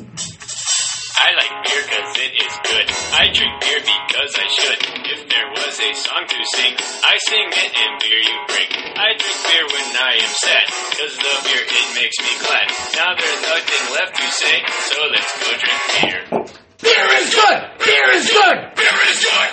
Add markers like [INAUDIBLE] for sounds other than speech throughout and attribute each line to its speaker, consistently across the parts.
Speaker 1: I like beer cause it is good. I drink beer because I should. If there was a song to sing, I sing it and beer you bring. I drink beer when I am sad, cause the beer it makes me glad. Now there's nothing left to say, so let's go drink beer.
Speaker 2: Beer is good! Beer is good! Beer is good!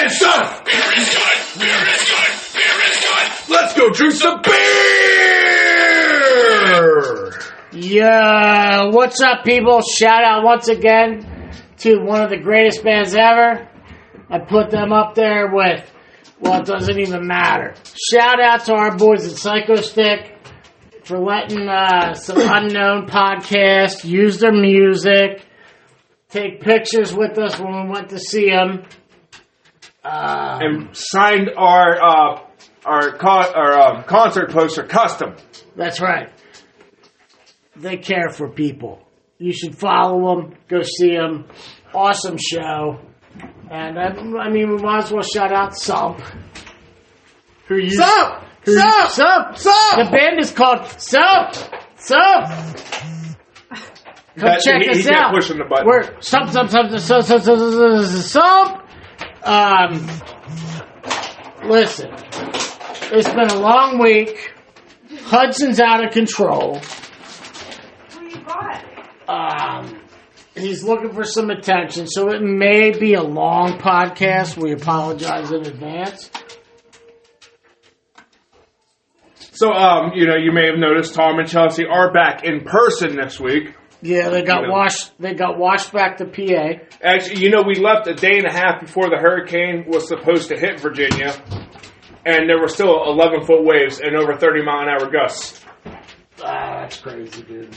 Speaker 2: And stuff! Beer is good! Beer is good! Beer is good! Let's go drink some beer!
Speaker 3: Yeah, what's up, people? Shout out once again to one of the greatest bands ever. I put them up there with, well, it doesn't even matter. Shout out to our boys at Psycho Stick for letting uh, some [COUGHS] unknown podcast use their music, take pictures with us when we went to see them.
Speaker 2: And signed our, uh, our, con- our um, concert poster custom.
Speaker 3: That's right. They care for people. You should follow them. Go see them. Awesome show. And I, I mean, we might as well shout out Sump. Who you?
Speaker 2: Sup?
Speaker 3: Who,
Speaker 2: Sup?
Speaker 3: Sump.
Speaker 2: Sup?
Speaker 3: The band is called Sump. Sump. Come
Speaker 2: That-
Speaker 3: check
Speaker 2: he-
Speaker 3: us
Speaker 2: he kept
Speaker 3: out.
Speaker 2: pushing the button.
Speaker 3: We're Sump Sump Sump Sump Sump Sump Sump Sump. Sump. Um, listen, it's been a long week. Hudson's out of control.
Speaker 4: What do you got?
Speaker 3: Um, he's looking for some attention, so it may be a long podcast. We apologize in advance.
Speaker 2: So, um, you know, you may have noticed Tom and Chelsea are back in person next week.
Speaker 3: Yeah, they got
Speaker 2: Yeah.
Speaker 3: washed. They got washed back to PA.
Speaker 2: Actually, you know, we left a day and a half before the hurricane was supposed to hit Virginia, and there were still 11 foot waves and over 30 mile an hour gusts.
Speaker 3: Ah, that's crazy, dude.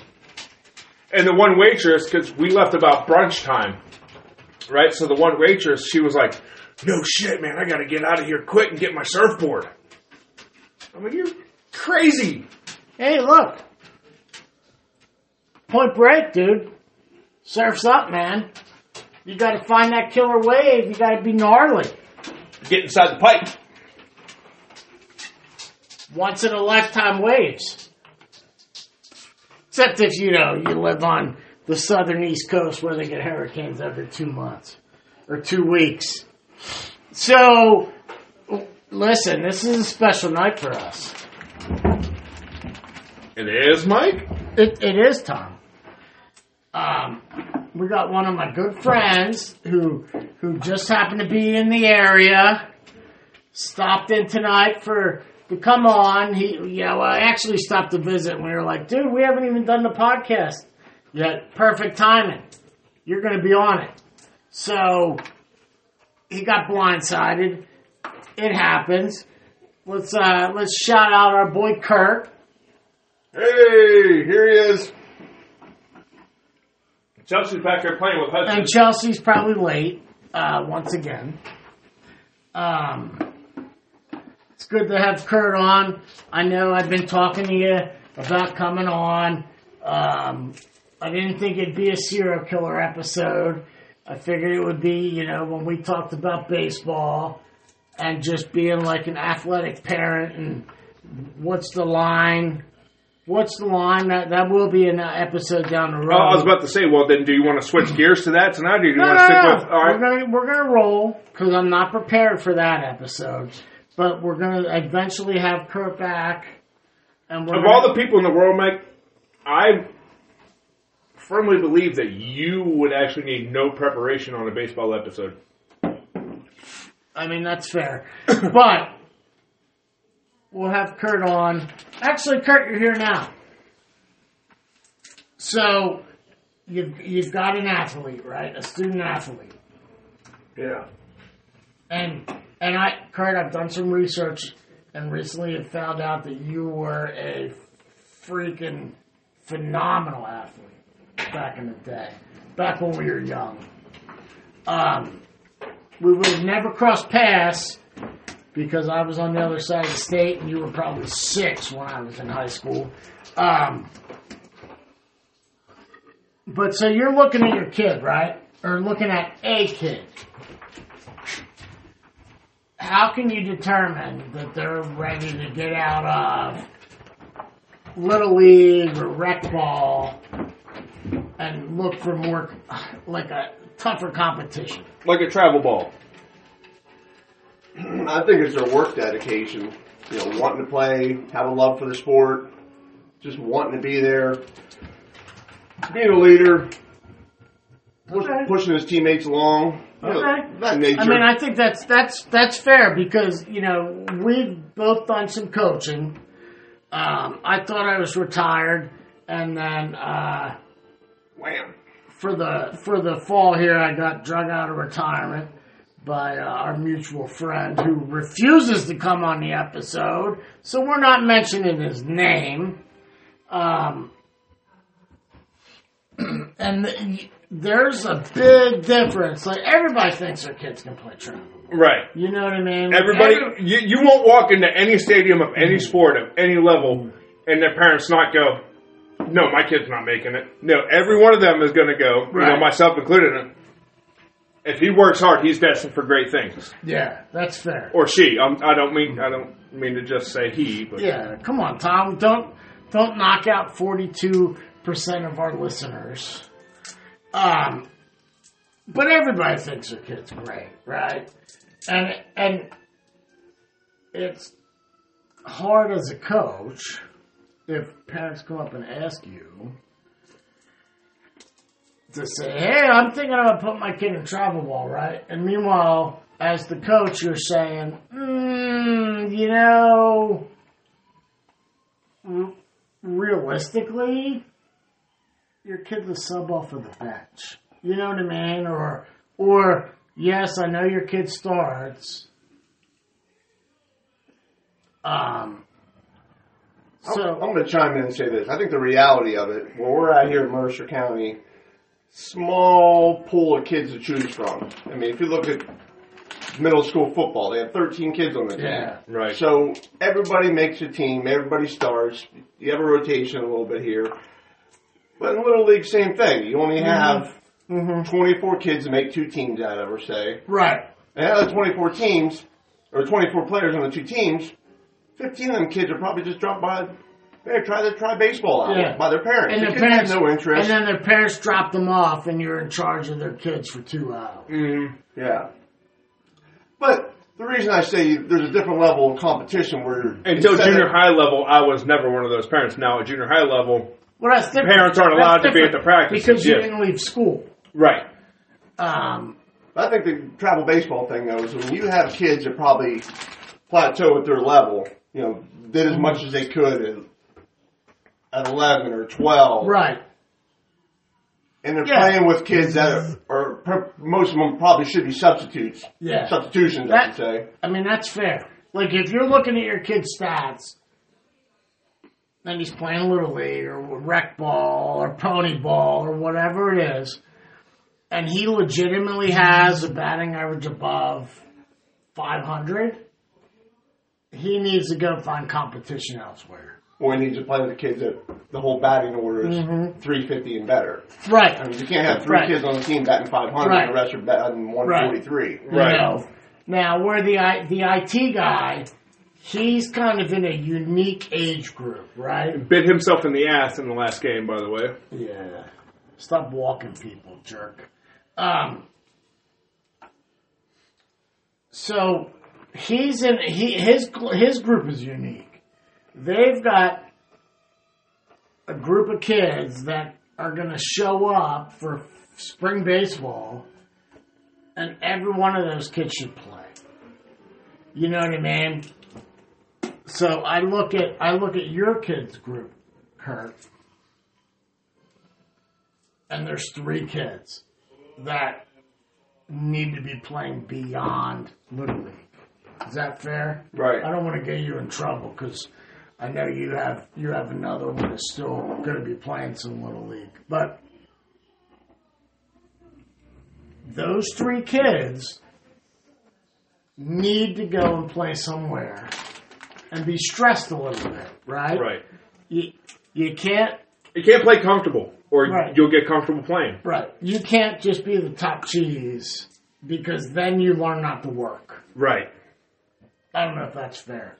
Speaker 2: And the one waitress, because we left about brunch time, right? So the one waitress, she was like, "No shit, man, I gotta get out of here quick and get my surfboard." I'm like, "You're crazy."
Speaker 3: Hey, look, Point Break, dude. Surfs up, man. You got to find that killer wave. You got to be gnarly.
Speaker 2: Get inside the pipe.
Speaker 3: once in a lifetime waves. Except if you know you live on the southern east coast where they get hurricanes every two months or two weeks. So, w- listen, this is a special night for us.
Speaker 2: It is, Mike.
Speaker 3: It, it is Tom. Um, we got one of my good friends who who just happened to be in the area. Stopped in tonight for to come on. He yeah, well, I actually stopped to visit. And we were like, dude, we haven't even done the podcast yet. Perfect timing. You're going to be on it. So he got blindsided. It happens. Let's uh, let's shout out our boy Kirk.
Speaker 2: Hey, here he is. Chelsea's back here playing with Hudson.
Speaker 3: And Chelsea's probably late uh, once again. Um, it's good to have Kurt on. I know I've been talking to you about coming on. Um, I didn't think it'd be a serial killer episode. I figured it would be, you know, when we talked about baseball and just being like an athletic parent and what's the line. What's the line? That that will be an episode down the road.
Speaker 2: Well, Oh, I was about to say, well, then do you want to switch gears to that tonight, or do you
Speaker 3: No,
Speaker 2: want
Speaker 3: no,
Speaker 2: to stick
Speaker 3: no.
Speaker 2: with? All
Speaker 3: we're
Speaker 2: right.
Speaker 3: gonna we're gonna roll because I'm not prepared for that episode, but we're gonna eventually have Kurt back, and we're
Speaker 2: Of
Speaker 3: gonna-
Speaker 2: all the people in the world, Mike, I firmly believe that you would actually need no preparation on a baseball episode.
Speaker 3: I mean that's fair, but we'll have Kurt on. Actually, Kurt, you're here now, so you've you've got an athlete, right? A student athlete.
Speaker 2: Yeah.
Speaker 3: And and I, Kurt, I've done some research, and recently have found out that you were a freaking phenomenal athlete back in the day, back when we were young. Um, we would have never crossed paths because I was on the other side of the state, and you were probably six when I was in high school. Um, but so you're looking at your kid, right? Or looking at a kid how can you determine that they're ready to get out of little league or rec ball and look for more, like a tougher competition.
Speaker 2: Like a travel ball.
Speaker 5: I think it's their work dedication. You know, wanting to play, have a love for the sport, just wanting to be there, being a leader, push,
Speaker 3: Okay.
Speaker 5: pushing his teammates along. You know,
Speaker 3: Okay.
Speaker 5: that nature.
Speaker 3: I mean, I think that's that's that's fair because you know we've both done some coaching. Um, I thought I was retired, and then uh,
Speaker 5: Wham.
Speaker 3: for the for the fall here, I got drug out of retirement by uh, our mutual friend who refuses to come on the episode. So we're not mentioning his name. Um, [CLEARS THROAT] and the, there's a big difference. Like everybody thinks their kids can play travel.
Speaker 2: Right.
Speaker 3: You know what I mean? Like,
Speaker 2: Everybody,
Speaker 3: every-
Speaker 2: you, you won't walk into any stadium of any sport of any level and their parents not go, no, my kid's not making it. No, every one of them is going to go, you know,
Speaker 3: Right.
Speaker 2: myself included. If he works hard, he's destined for great things.
Speaker 3: yeah, that's fair.
Speaker 2: Or she. I'm, I don't mean I don't mean to just say he, but
Speaker 3: Yeah, come on, Tom. Don't don't knock out forty two percent of our listeners. Um, but everybody thinks their kid's great, right? And and it's hard as a coach if parents come up and ask you to say, "Hey, I'm thinking I'm gonna put my kid in travel ball," right? And meanwhile, as the coach, you're saying, mm, "You know." realistically, your kid's a sub off of the bench. You know what I mean? Or, or yes, I know your kid starts. Um.
Speaker 5: I'm-
Speaker 3: So
Speaker 5: I'm going to chime in and say this. I think the reality of it, when we're out here in Mercer County, small pool of kids to choose from. I mean, if you look at middle school football, they have 13 kids on the team.
Speaker 3: yeah,
Speaker 2: right.
Speaker 5: So everybody makes a team, everybody starts. You have a rotation a little bit here. But in Little League, same thing. You only have 24 kids to make two teams out of, or say.
Speaker 3: right.
Speaker 5: And out of the 24 teams, or 24 players on the two teams, 15 of them kids are probably just dropped by, they try to try baseball out
Speaker 3: Yeah.
Speaker 5: by their parents.
Speaker 3: And
Speaker 5: The
Speaker 3: their
Speaker 5: kids
Speaker 3: parents
Speaker 5: have no interest.
Speaker 3: And then their parents drop them off, and you're in charge of their kids for two hours.
Speaker 2: Mm,
Speaker 5: yeah. But the reason I say there's a different level of competition where
Speaker 2: until
Speaker 5: instead of-
Speaker 2: junior high level, I was never one of those parents. Now at junior high level,
Speaker 3: Well, that's different.
Speaker 2: Parents aren't
Speaker 3: That's
Speaker 2: allowed to be at
Speaker 3: different
Speaker 2: the practices,
Speaker 3: because you
Speaker 2: yeah.
Speaker 3: didn't leave school.
Speaker 2: right?
Speaker 3: Um,
Speaker 5: I think the travel baseball thing though is when you have kids that probably plateau at their level, you know, did as much as they could at, at eleven or twelve,
Speaker 3: right.
Speaker 5: and they're
Speaker 3: Yeah. Mm-hmm.
Speaker 5: playing with kids that are, are per, most of them probably should be substitutes,
Speaker 3: Yeah.
Speaker 5: substitutions, I
Speaker 3: That-
Speaker 5: should say.
Speaker 3: I mean, that's fair. Like, if you're looking at your kid's stats, and he's playing Little League or rec ball or pony ball or whatever it is, and he legitimately has a batting average above 500, he needs to go find competition elsewhere.
Speaker 5: Or you need to play with the kids that the whole batting order is three fifty and better.
Speaker 3: Right.
Speaker 5: I mean, you can't have three
Speaker 3: Mm-hmm. Right.
Speaker 5: kids on the team batting five hundred and the
Speaker 3: Right.
Speaker 5: rest are batting one forty three.
Speaker 2: Right.
Speaker 3: You know. Now, where the I- the IT guy, he's kind of in a unique age group, right?
Speaker 2: Bit himself in the ass in the last game, by the way.
Speaker 3: Yeah. Stop walking, people, jerk. Um. So he's in he his his group is unique. They've got a group of kids that are going to show up for spring baseball, and every one of those kids should play. You know what I mean? So I look at I look at your kids group, Kurt, and there's three kids that need to be playing beyond Little League. Is that fair?
Speaker 5: Right.
Speaker 3: I don't want to get you in trouble because I know you have you have another one that's still going to be playing some Little League, but those three kids need to go and play somewhere and be stressed a little bit, right?
Speaker 2: Right.
Speaker 3: You, you can't
Speaker 2: You can't play comfortable, or
Speaker 3: Right.
Speaker 2: you'll get comfortable playing.
Speaker 3: Right. You can't just be the top cheese because then you learn not to work.
Speaker 2: Right.
Speaker 3: I don't know if that's fair.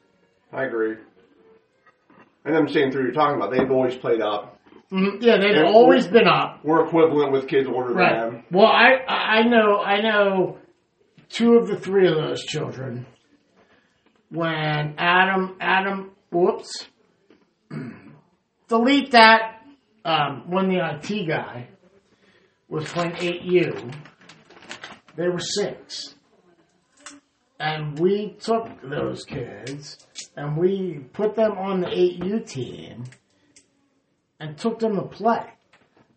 Speaker 5: I agree. And them same three you're talking about, they've always played up.
Speaker 3: Mm, yeah, they've
Speaker 5: Yeah.
Speaker 3: always been up.
Speaker 5: We're equivalent with kids older than
Speaker 3: Right.
Speaker 5: them.
Speaker 3: Well, I I know I know two of the three of those children. When Adam Adam whoops, [CLEARS THROAT] delete that. Um, when the IT guy was playing eight U, they were six, and we took those kids and we put them on the eight U team and took them to play.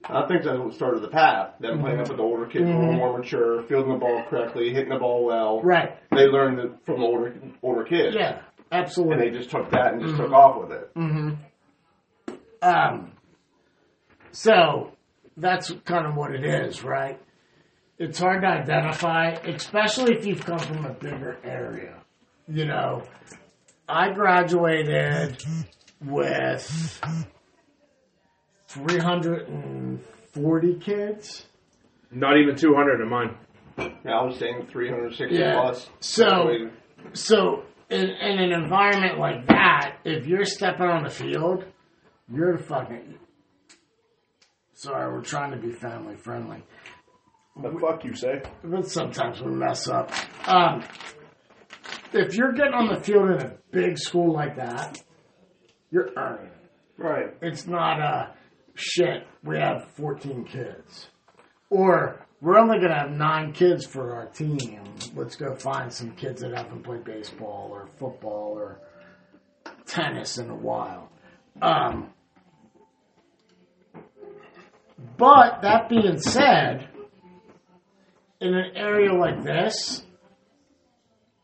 Speaker 5: I think that's what started the path. Them
Speaker 3: Mm-hmm.
Speaker 5: playing up with the older kids, who were more mature, fielding the ball correctly, hitting the ball well.
Speaker 3: Right.
Speaker 5: They learned it from the older older kids.
Speaker 3: Yeah.
Speaker 5: And
Speaker 3: Absolutely.
Speaker 5: they just took that and just
Speaker 2: Mm-hmm.
Speaker 5: took off with it.
Speaker 2: Mm.
Speaker 3: Um, so that's kind of what it is, right? It's hard to identify, especially if you've come from a bigger area. You know, I graduated with 340 kids.
Speaker 2: Not even 200 in mine.
Speaker 5: Yeah, I was saying 360
Speaker 3: Yeah.
Speaker 5: plus.
Speaker 3: So-
Speaker 5: graduated.
Speaker 3: So, in, in an environment like that, if you're stepping on the field, you're fucking. Sorry, we're trying to be family friendly.
Speaker 6: The fuck you say?
Speaker 3: but sometimes we mess up. Um, if you're getting on the field in a big school like that, you're earning it.
Speaker 5: right.
Speaker 3: It's not a shit. We have 14 kids, or we're only gonna have nine kids for our team. Let's go find some kids that haven't played baseball or football or tennis in a while. Um, but that being said, in an area like this,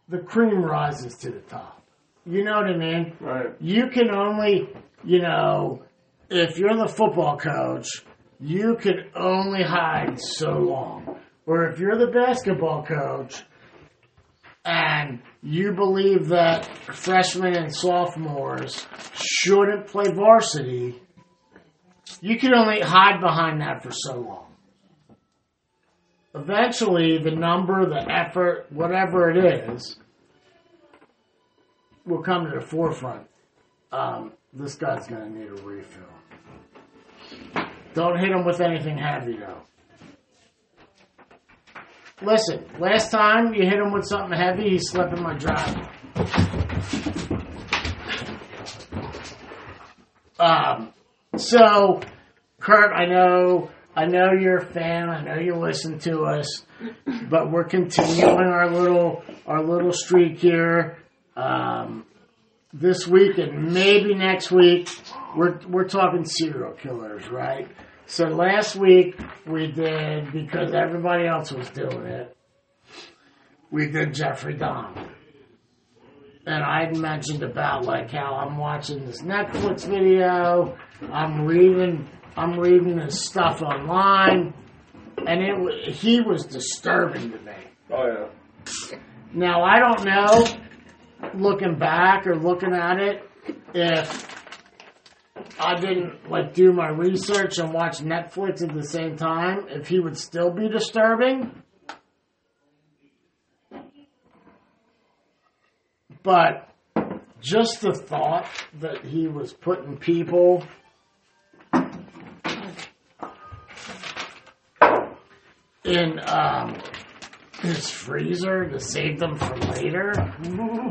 Speaker 3: the cream rises to the top. You know what I mean?
Speaker 5: Right.
Speaker 3: you can only, you know, if you're the football coach, you can only hide so long. Or if you're the basketball coach and you believe that freshmen and sophomores shouldn't play varsity, you can only hide behind that for so long. Eventually, the number, the effort, whatever it is, will come to the forefront. Um, this guy's gonna need a refill. Don't hit him with anything heavy though. Listen, last time you hit him with something heavy, he slept in my driveway. Um, so, Kurt, I know, I know you're a fan. I know you listen to us, but we're continuing our little our little streak here. Um, this week and maybe next week, we're we're talking serial killers, right? So last week we did because everybody else was doing it. We did Jeffrey Dahmer. And I had mentioned about like how I'm watching this Netflix video, I'm reading, I'm reading his stuff online, and it wa- he was disturbing to me.
Speaker 5: Oh yeah.
Speaker 3: Now I don't know, looking back or looking at it, if I didn't like do my research and watch Netflix at the same time, if he would still be disturbing. But just the thought that he was putting people in um, his freezer to save them for later.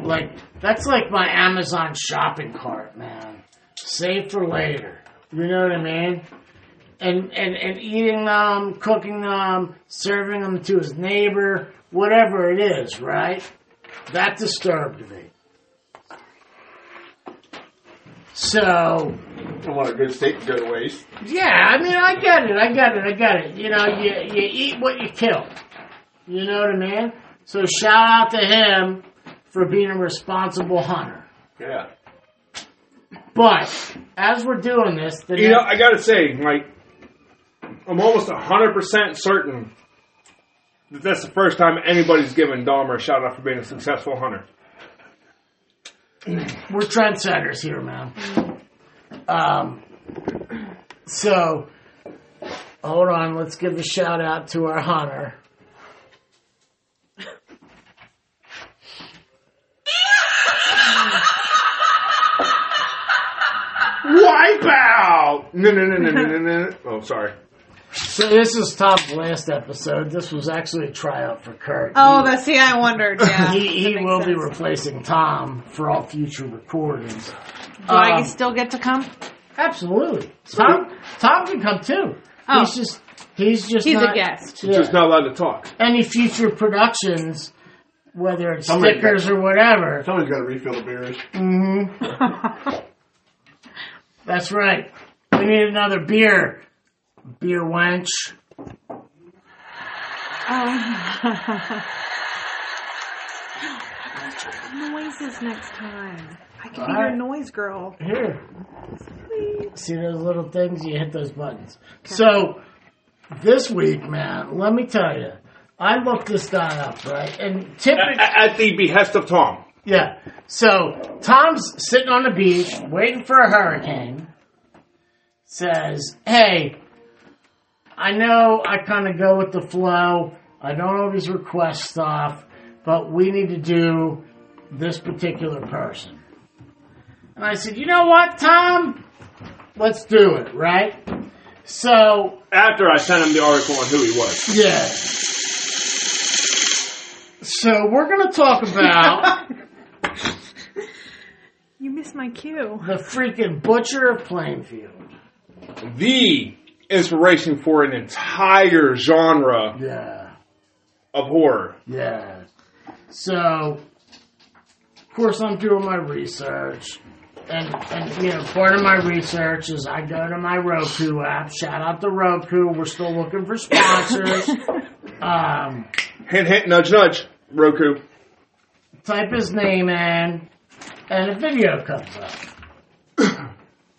Speaker 3: Like that's like my Amazon shopping cart, man. Save for later. You know what I mean? And and and eating them, cooking them, serving them to his neighbor, whatever it is, right? That disturbed me. So
Speaker 5: I want a good steak to go to waste.
Speaker 3: yeah, I mean, I get it, I get it, I get it. You know, you you eat what you kill. You know what I mean? So shout out to him for being a responsible hunter.
Speaker 5: Yeah.
Speaker 3: But as we're doing this, the
Speaker 2: You know,
Speaker 3: next-
Speaker 2: I gotta say, like, I'm almost 100% certain that that's the first time anybody's given Dahmer a shout out for being a successful hunter.
Speaker 3: we're trendsetters here, man. Um, so hold on, let's give a shout out to our hunter.
Speaker 2: Wipeout! No, no, no, no, no, no, no. Oh, sorry.
Speaker 3: So this is Tom's last episode. This was actually a tryout for Kurt.
Speaker 7: Oh, that's see, I wondered. Yeah,
Speaker 3: [LAUGHS] he
Speaker 7: that
Speaker 3: he
Speaker 7: makes
Speaker 3: will be
Speaker 7: sense.
Speaker 3: replacing Tom for all future recordings.
Speaker 7: Do I
Speaker 3: um,
Speaker 7: still get to come?
Speaker 3: Absolutely, Tom Tom can come too.
Speaker 7: Oh.
Speaker 3: He's just he's just
Speaker 7: He's
Speaker 3: not-
Speaker 7: a guest.
Speaker 3: yeah.
Speaker 2: Just not allowed to talk.
Speaker 3: any future productions, whether it's
Speaker 5: Somebody-
Speaker 3: stickers or whatever.
Speaker 5: Somebody's got to refill the beers.
Speaker 3: Mm-hmm. That's right. We need another beer. Beer wench.
Speaker 7: [LAUGHS] Oh. Noises next time. I can be your
Speaker 3: Alright.
Speaker 7: noise girl.
Speaker 3: Here. See those little things? You hit those buttons. So, this week, man, let me tell you, I looked this guy up, right? And typically,
Speaker 2: At, at the behest of Tom.
Speaker 3: yeah. So, Tom's sitting on the beach waiting for a hurricane. Says, hey, I know I kind of go with the flow. I don't always request stuff, but we need to do this particular person. And I said, you know what, Tom? Let's do it, right? So,
Speaker 2: After I sent him the article on who he was.
Speaker 3: yeah. So, we're going to talk about.
Speaker 7: You missed my cue.
Speaker 3: the freaking butcher of Plainfield.
Speaker 2: The inspiration for an entire genre
Speaker 3: Yeah,
Speaker 2: of horror.
Speaker 3: yeah. So, of course, I'm doing my research, and and you know, part of my research is I go to my Roku app. Shout out to Roku. We're still looking for sponsors. um,
Speaker 2: Hint, hint, nudge, nudge. Roku.
Speaker 3: type his name in, and a video comes up.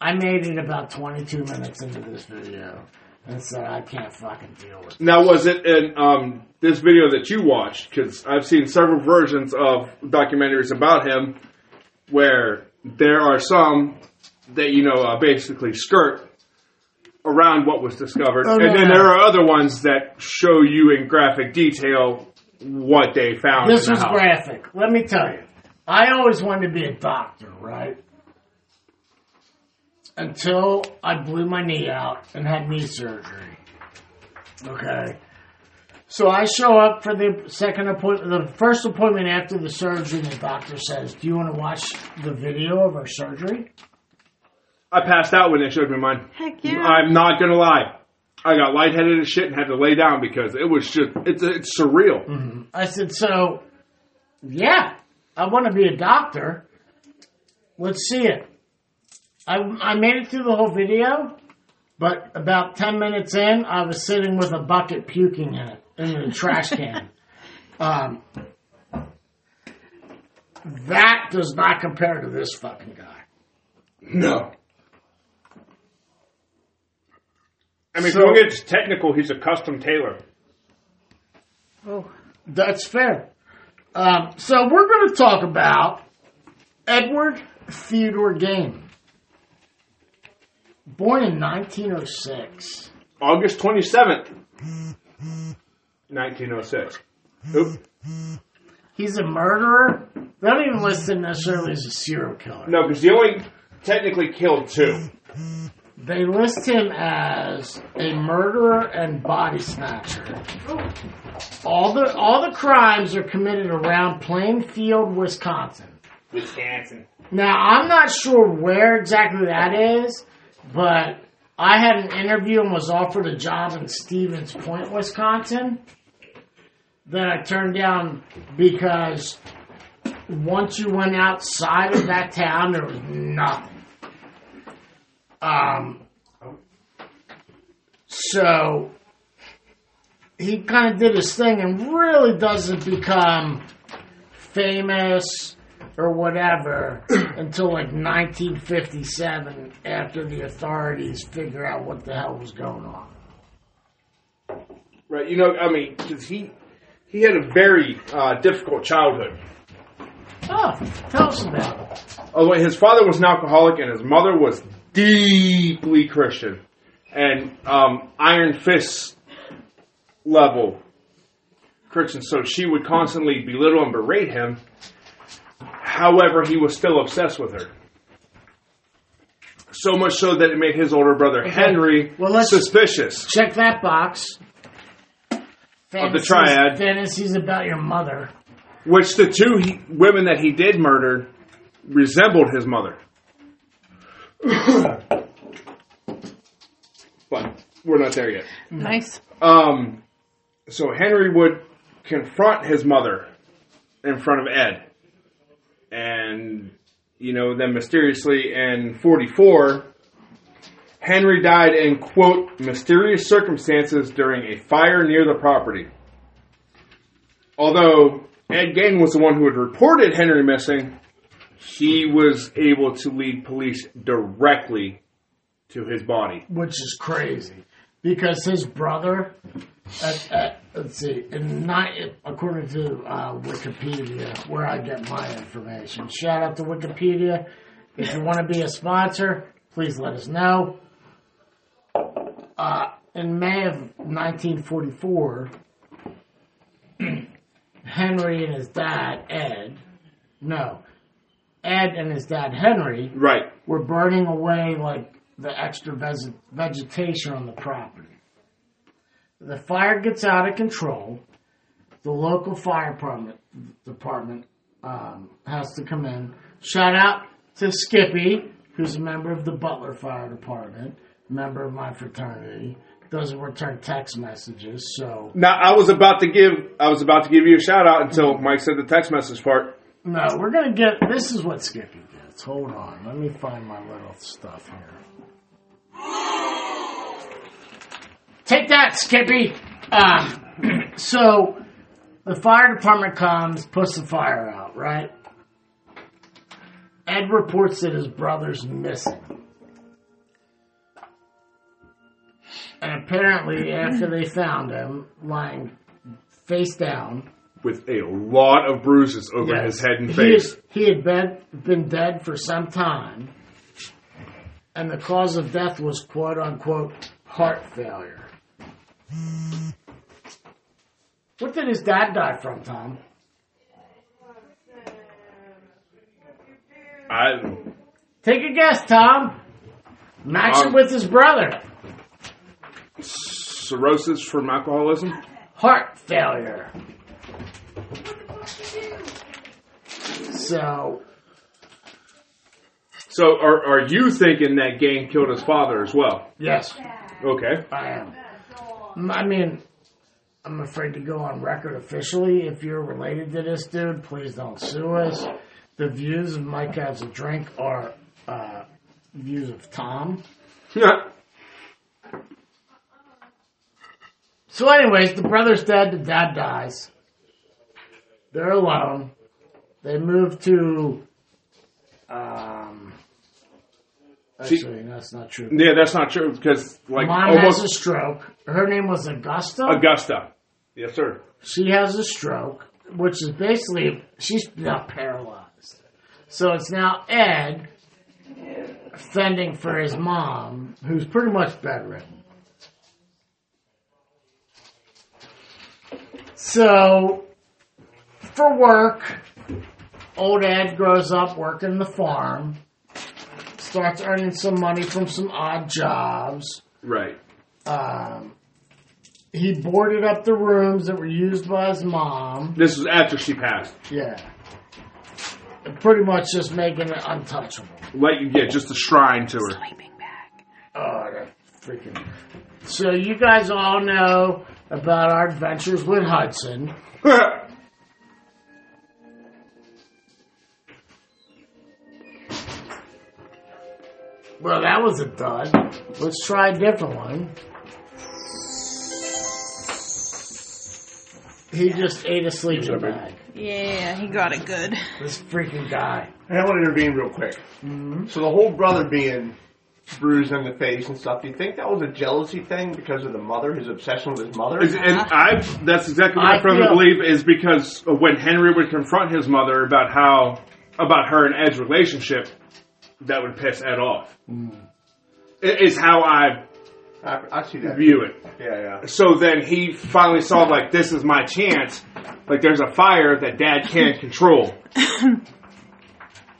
Speaker 3: I made it about 22 minutes into this video and said I can't fucking deal with
Speaker 2: Now, was it in um, this video that you watched? Because I've seen several versions of documentaries about him where there are some that, you know, uh, basically skirt around what was discovered.
Speaker 3: Oh,
Speaker 2: and
Speaker 3: no,
Speaker 2: then
Speaker 3: no.
Speaker 2: there are other ones that show you in graphic detail what they found.
Speaker 3: This
Speaker 2: in the
Speaker 3: was
Speaker 2: house.
Speaker 3: graphic. Let me tell you. I always wanted to be a doctor, right? Until I blew my knee out and had knee surgery. Okay. So I show up for the second appointment, the first appointment after the surgery, and the doctor says, Do you want to watch the video of our surgery?
Speaker 2: I passed out when they showed me mine.
Speaker 7: Heck yeah.
Speaker 2: I'm not going to lie. I got lightheaded as shit and had to lay down because it was just, it's, it's surreal.
Speaker 3: I said, So, yeah, I want to be a doctor. Let's see it. I, I made it through the whole video, but about 10 minutes in, I was sitting with a bucket puking in it, in the trash can. Um, that does not compare to this fucking guy.
Speaker 2: No. I mean,
Speaker 3: So-
Speaker 2: if you get technical, he's a custom tailor.
Speaker 7: oh.
Speaker 3: That's fair. Um, so we're going to talk about Edward Theodore Game. Born in 1906.
Speaker 2: August 27th, 1906. Oop.
Speaker 3: He's a murderer. They don't even list him necessarily as a serial killer.
Speaker 2: No, because he only technically killed two.
Speaker 3: They list him as a murderer and body snatcher. All the all the crimes are committed around Plainfield, Wisconsin.
Speaker 2: Wisconsin.
Speaker 3: Now, I'm not sure where exactly that is, but I had an interview and was offered a job in Stevens Point, Wisconsin that I turned down because once you went outside of that town, there was nothing. Um, so he kind of did his thing and really doesn't become famous or whatever until like 1957 after the authorities figure out what the hell was going on.
Speaker 2: Right, you know, I mean, because he, he had a very uh, difficult childhood.
Speaker 3: Oh, tell us about it.
Speaker 2: Although Oh, his father was an alcoholic and his mother was deeply Christian and um, iron fist level Christian, so she would constantly belittle and berate him. However, he was still obsessed with her. So much so that it made his older brother Henry
Speaker 3: Well, let's-
Speaker 2: suspicious.
Speaker 3: Check that box. Fantasies,
Speaker 2: triad.
Speaker 3: Fantasies about your mother.
Speaker 2: Which the two he, women that he did murder resembled his mother. [COUGHS] but we're not there yet.
Speaker 3: Hmm.
Speaker 7: Nice.
Speaker 2: Um, so Henry would confront his mother in front of Ed, and you know, then mysteriously in '44, Henry died in quote mysterious circumstances during a fire near the property. Although Ed Gain was the one who had reported Henry missing, he was able to lead police directly to his body.
Speaker 3: which is crazy because his brother, at, at, let's see, in nine, according to uh, Wikipedia, where I get my information. Shout out to Wikipedia. If you want to be a sponsor, please let us know. Uh, in May of 1944, [CLEARS THROAT] Henry and his dad, Ed, no, Ed and his dad, Henry,
Speaker 2: Right.
Speaker 3: were burning away like the extra veg- vegetation on the property. The fire gets out of control. The local fire department department um, has to come in. Shout out to Skippy, who's a member of the Butler Fire Department, member of my fraternity. Doesn't return text messages, so
Speaker 2: Now I was about to give I was about to give you a shout out until Mike said the text message part.
Speaker 3: no, we're gonna get. This is what Skippy gets. Hold on, let me find my little stuff here. Take that, Skippy. Uh, [CLEARS THROAT] so the fire department comes, puts the fire out, right? Ed reports that his brother's missing. And apparently, after they found him lying face down,
Speaker 2: With a lot of bruises over
Speaker 3: Yes.
Speaker 2: his head and
Speaker 3: He
Speaker 2: face.
Speaker 3: is- He, had been, been dead for some time, and the cause of death was quote unquote heart failure. What did his dad die from, Tom?
Speaker 2: I
Speaker 3: Take a guess, Tom. Match
Speaker 2: Um,
Speaker 3: it with his brother.
Speaker 2: cirrhosis from alcoholism.
Speaker 3: Heart failure. So,
Speaker 2: So are are you thinking that gang killed his father as well?
Speaker 3: yes,
Speaker 2: Okay. [LAUGHS]
Speaker 3: I am. M- I mean, I'm afraid to go on record officially. If you're related to this dude, please don't sue us. The views of Mike has a drink are uh, views of Tom. So, anyways, the brother's dead. The dad dies. They're alone. They move to. Um,
Speaker 2: She-
Speaker 3: actually, that's not true.
Speaker 2: yeah, that's not true because like
Speaker 3: Mom has a
Speaker 2: almost
Speaker 3: stroke. Her name was Augusta.
Speaker 2: Augusta. Yes, sir.
Speaker 3: she has a stroke, which is basically she's now paralyzed. So it's now Ed fending for his mom, who's pretty much bedridden. So for work, old Ed grows up working the farm, starts earning some money from some odd jobs
Speaker 2: Right.
Speaker 3: um, he boarded up the rooms that were used by his mom.
Speaker 2: This was after she passed.
Speaker 3: Yeah. And pretty much just making it untouchable.
Speaker 2: Like you get just a shrine to her.
Speaker 7: Sleeping bag.
Speaker 3: Oh, that freaking. So, you guys all know about our adventures with Hudson. [LAUGHS] Well, that was a dud. Let's try a different one. He just ate a sleeping bag.
Speaker 7: Yeah, he got it good.
Speaker 3: This freaking guy.
Speaker 5: And I want to intervene real quick.
Speaker 2: Mm-hmm.
Speaker 5: So the whole brother being bruised in the face and stuff. Do you think that was a jealousy thing because of the mother, his obsession with his mother?
Speaker 2: Is- And I, that's exactly what
Speaker 3: I
Speaker 2: I firmly
Speaker 3: feel-
Speaker 2: believe is because of when Henry would confront his mother about how, about her and Ed's relationship, that would piss Ed off. I- Is how I
Speaker 5: I, I see that.
Speaker 2: view it.
Speaker 5: Yeah, yeah.
Speaker 2: So then he finally saw like this is my chance. Like there's a fire that Dad can't [LAUGHS] control.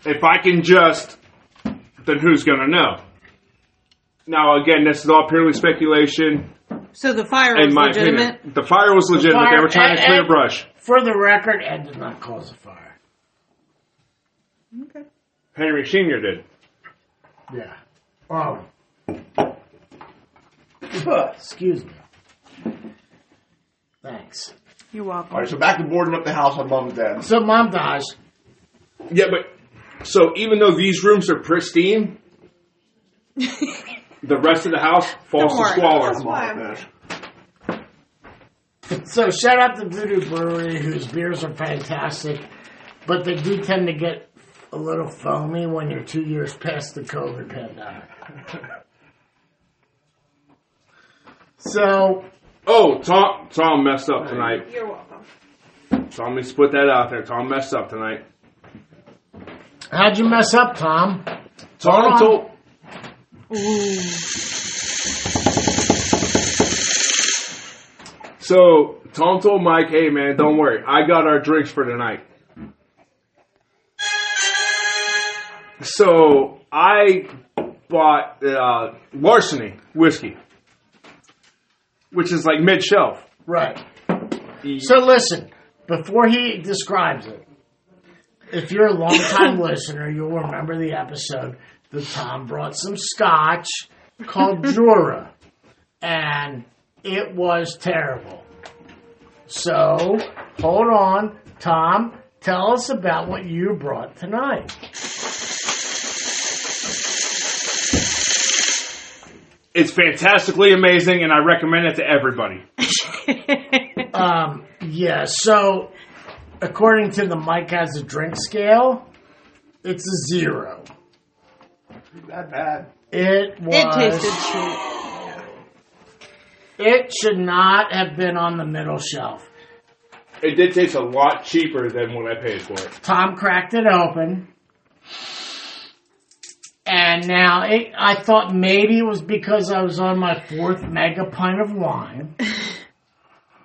Speaker 2: if I can just, then who's gonna know? Now, again, this is all purely speculation.
Speaker 8: So the fire
Speaker 2: In
Speaker 8: was
Speaker 2: my
Speaker 8: legitimate.
Speaker 2: opinion, the fire was legitimate. they
Speaker 3: fire-
Speaker 2: were trying to
Speaker 3: and-
Speaker 2: clear
Speaker 3: and-
Speaker 2: brush.
Speaker 3: For the record, Ed did not cause a fire.
Speaker 8: Okay.
Speaker 2: Henry Senior did.
Speaker 3: Yeah. Oh. [LAUGHS] Excuse me. Thanks.
Speaker 7: You're
Speaker 5: All
Speaker 7: welcome.
Speaker 5: right, so back to boarding up the house on mom and dad.
Speaker 3: So mom dies.
Speaker 2: Yeah, but so even though these rooms are pristine, the rest of the house falls to
Speaker 8: Don't worry.
Speaker 2: squalor.
Speaker 4: That's why I'm
Speaker 3: So shout out to Voodoo Brewery, whose beers are fantastic, but they do tend to get a little foamy when you're two years past the COVID [LAUGHS] pandemic. So
Speaker 2: Oh, Tom, Tom messed up tonight.
Speaker 4: You're
Speaker 3: [LAUGHS]
Speaker 4: welcome.
Speaker 2: Tom, let me put that out there. Tom messed up tonight.
Speaker 3: how'd you mess up, Tom?
Speaker 2: Tom
Speaker 3: on.
Speaker 2: told. So Tom told Mike, "Hey man, don't worry. I got our drinks for tonight." So I bought uh, Larceny whiskey, which is like mid shelf.
Speaker 3: Right. So listen, before he describes it, if you're a [LAUGHS] longtime listener, you'll remember the episode that Tom brought some scotch called Jura, and it was terrible. So hold on, Tom. Tell us about what you brought tonight.
Speaker 2: It's fantastically amazing, and I recommend it to everybody.
Speaker 3: Um, yeah, so according to the Mike has a drink scale, it's a zero.
Speaker 5: That bad.
Speaker 3: It was.
Speaker 8: It tasted shit.
Speaker 3: It should not have been on the middle shelf.
Speaker 2: It did taste a lot cheaper than what I paid for it.
Speaker 3: Tom cracked it open. And now it, I thought maybe it was because I was on my fourth mega pint of wine.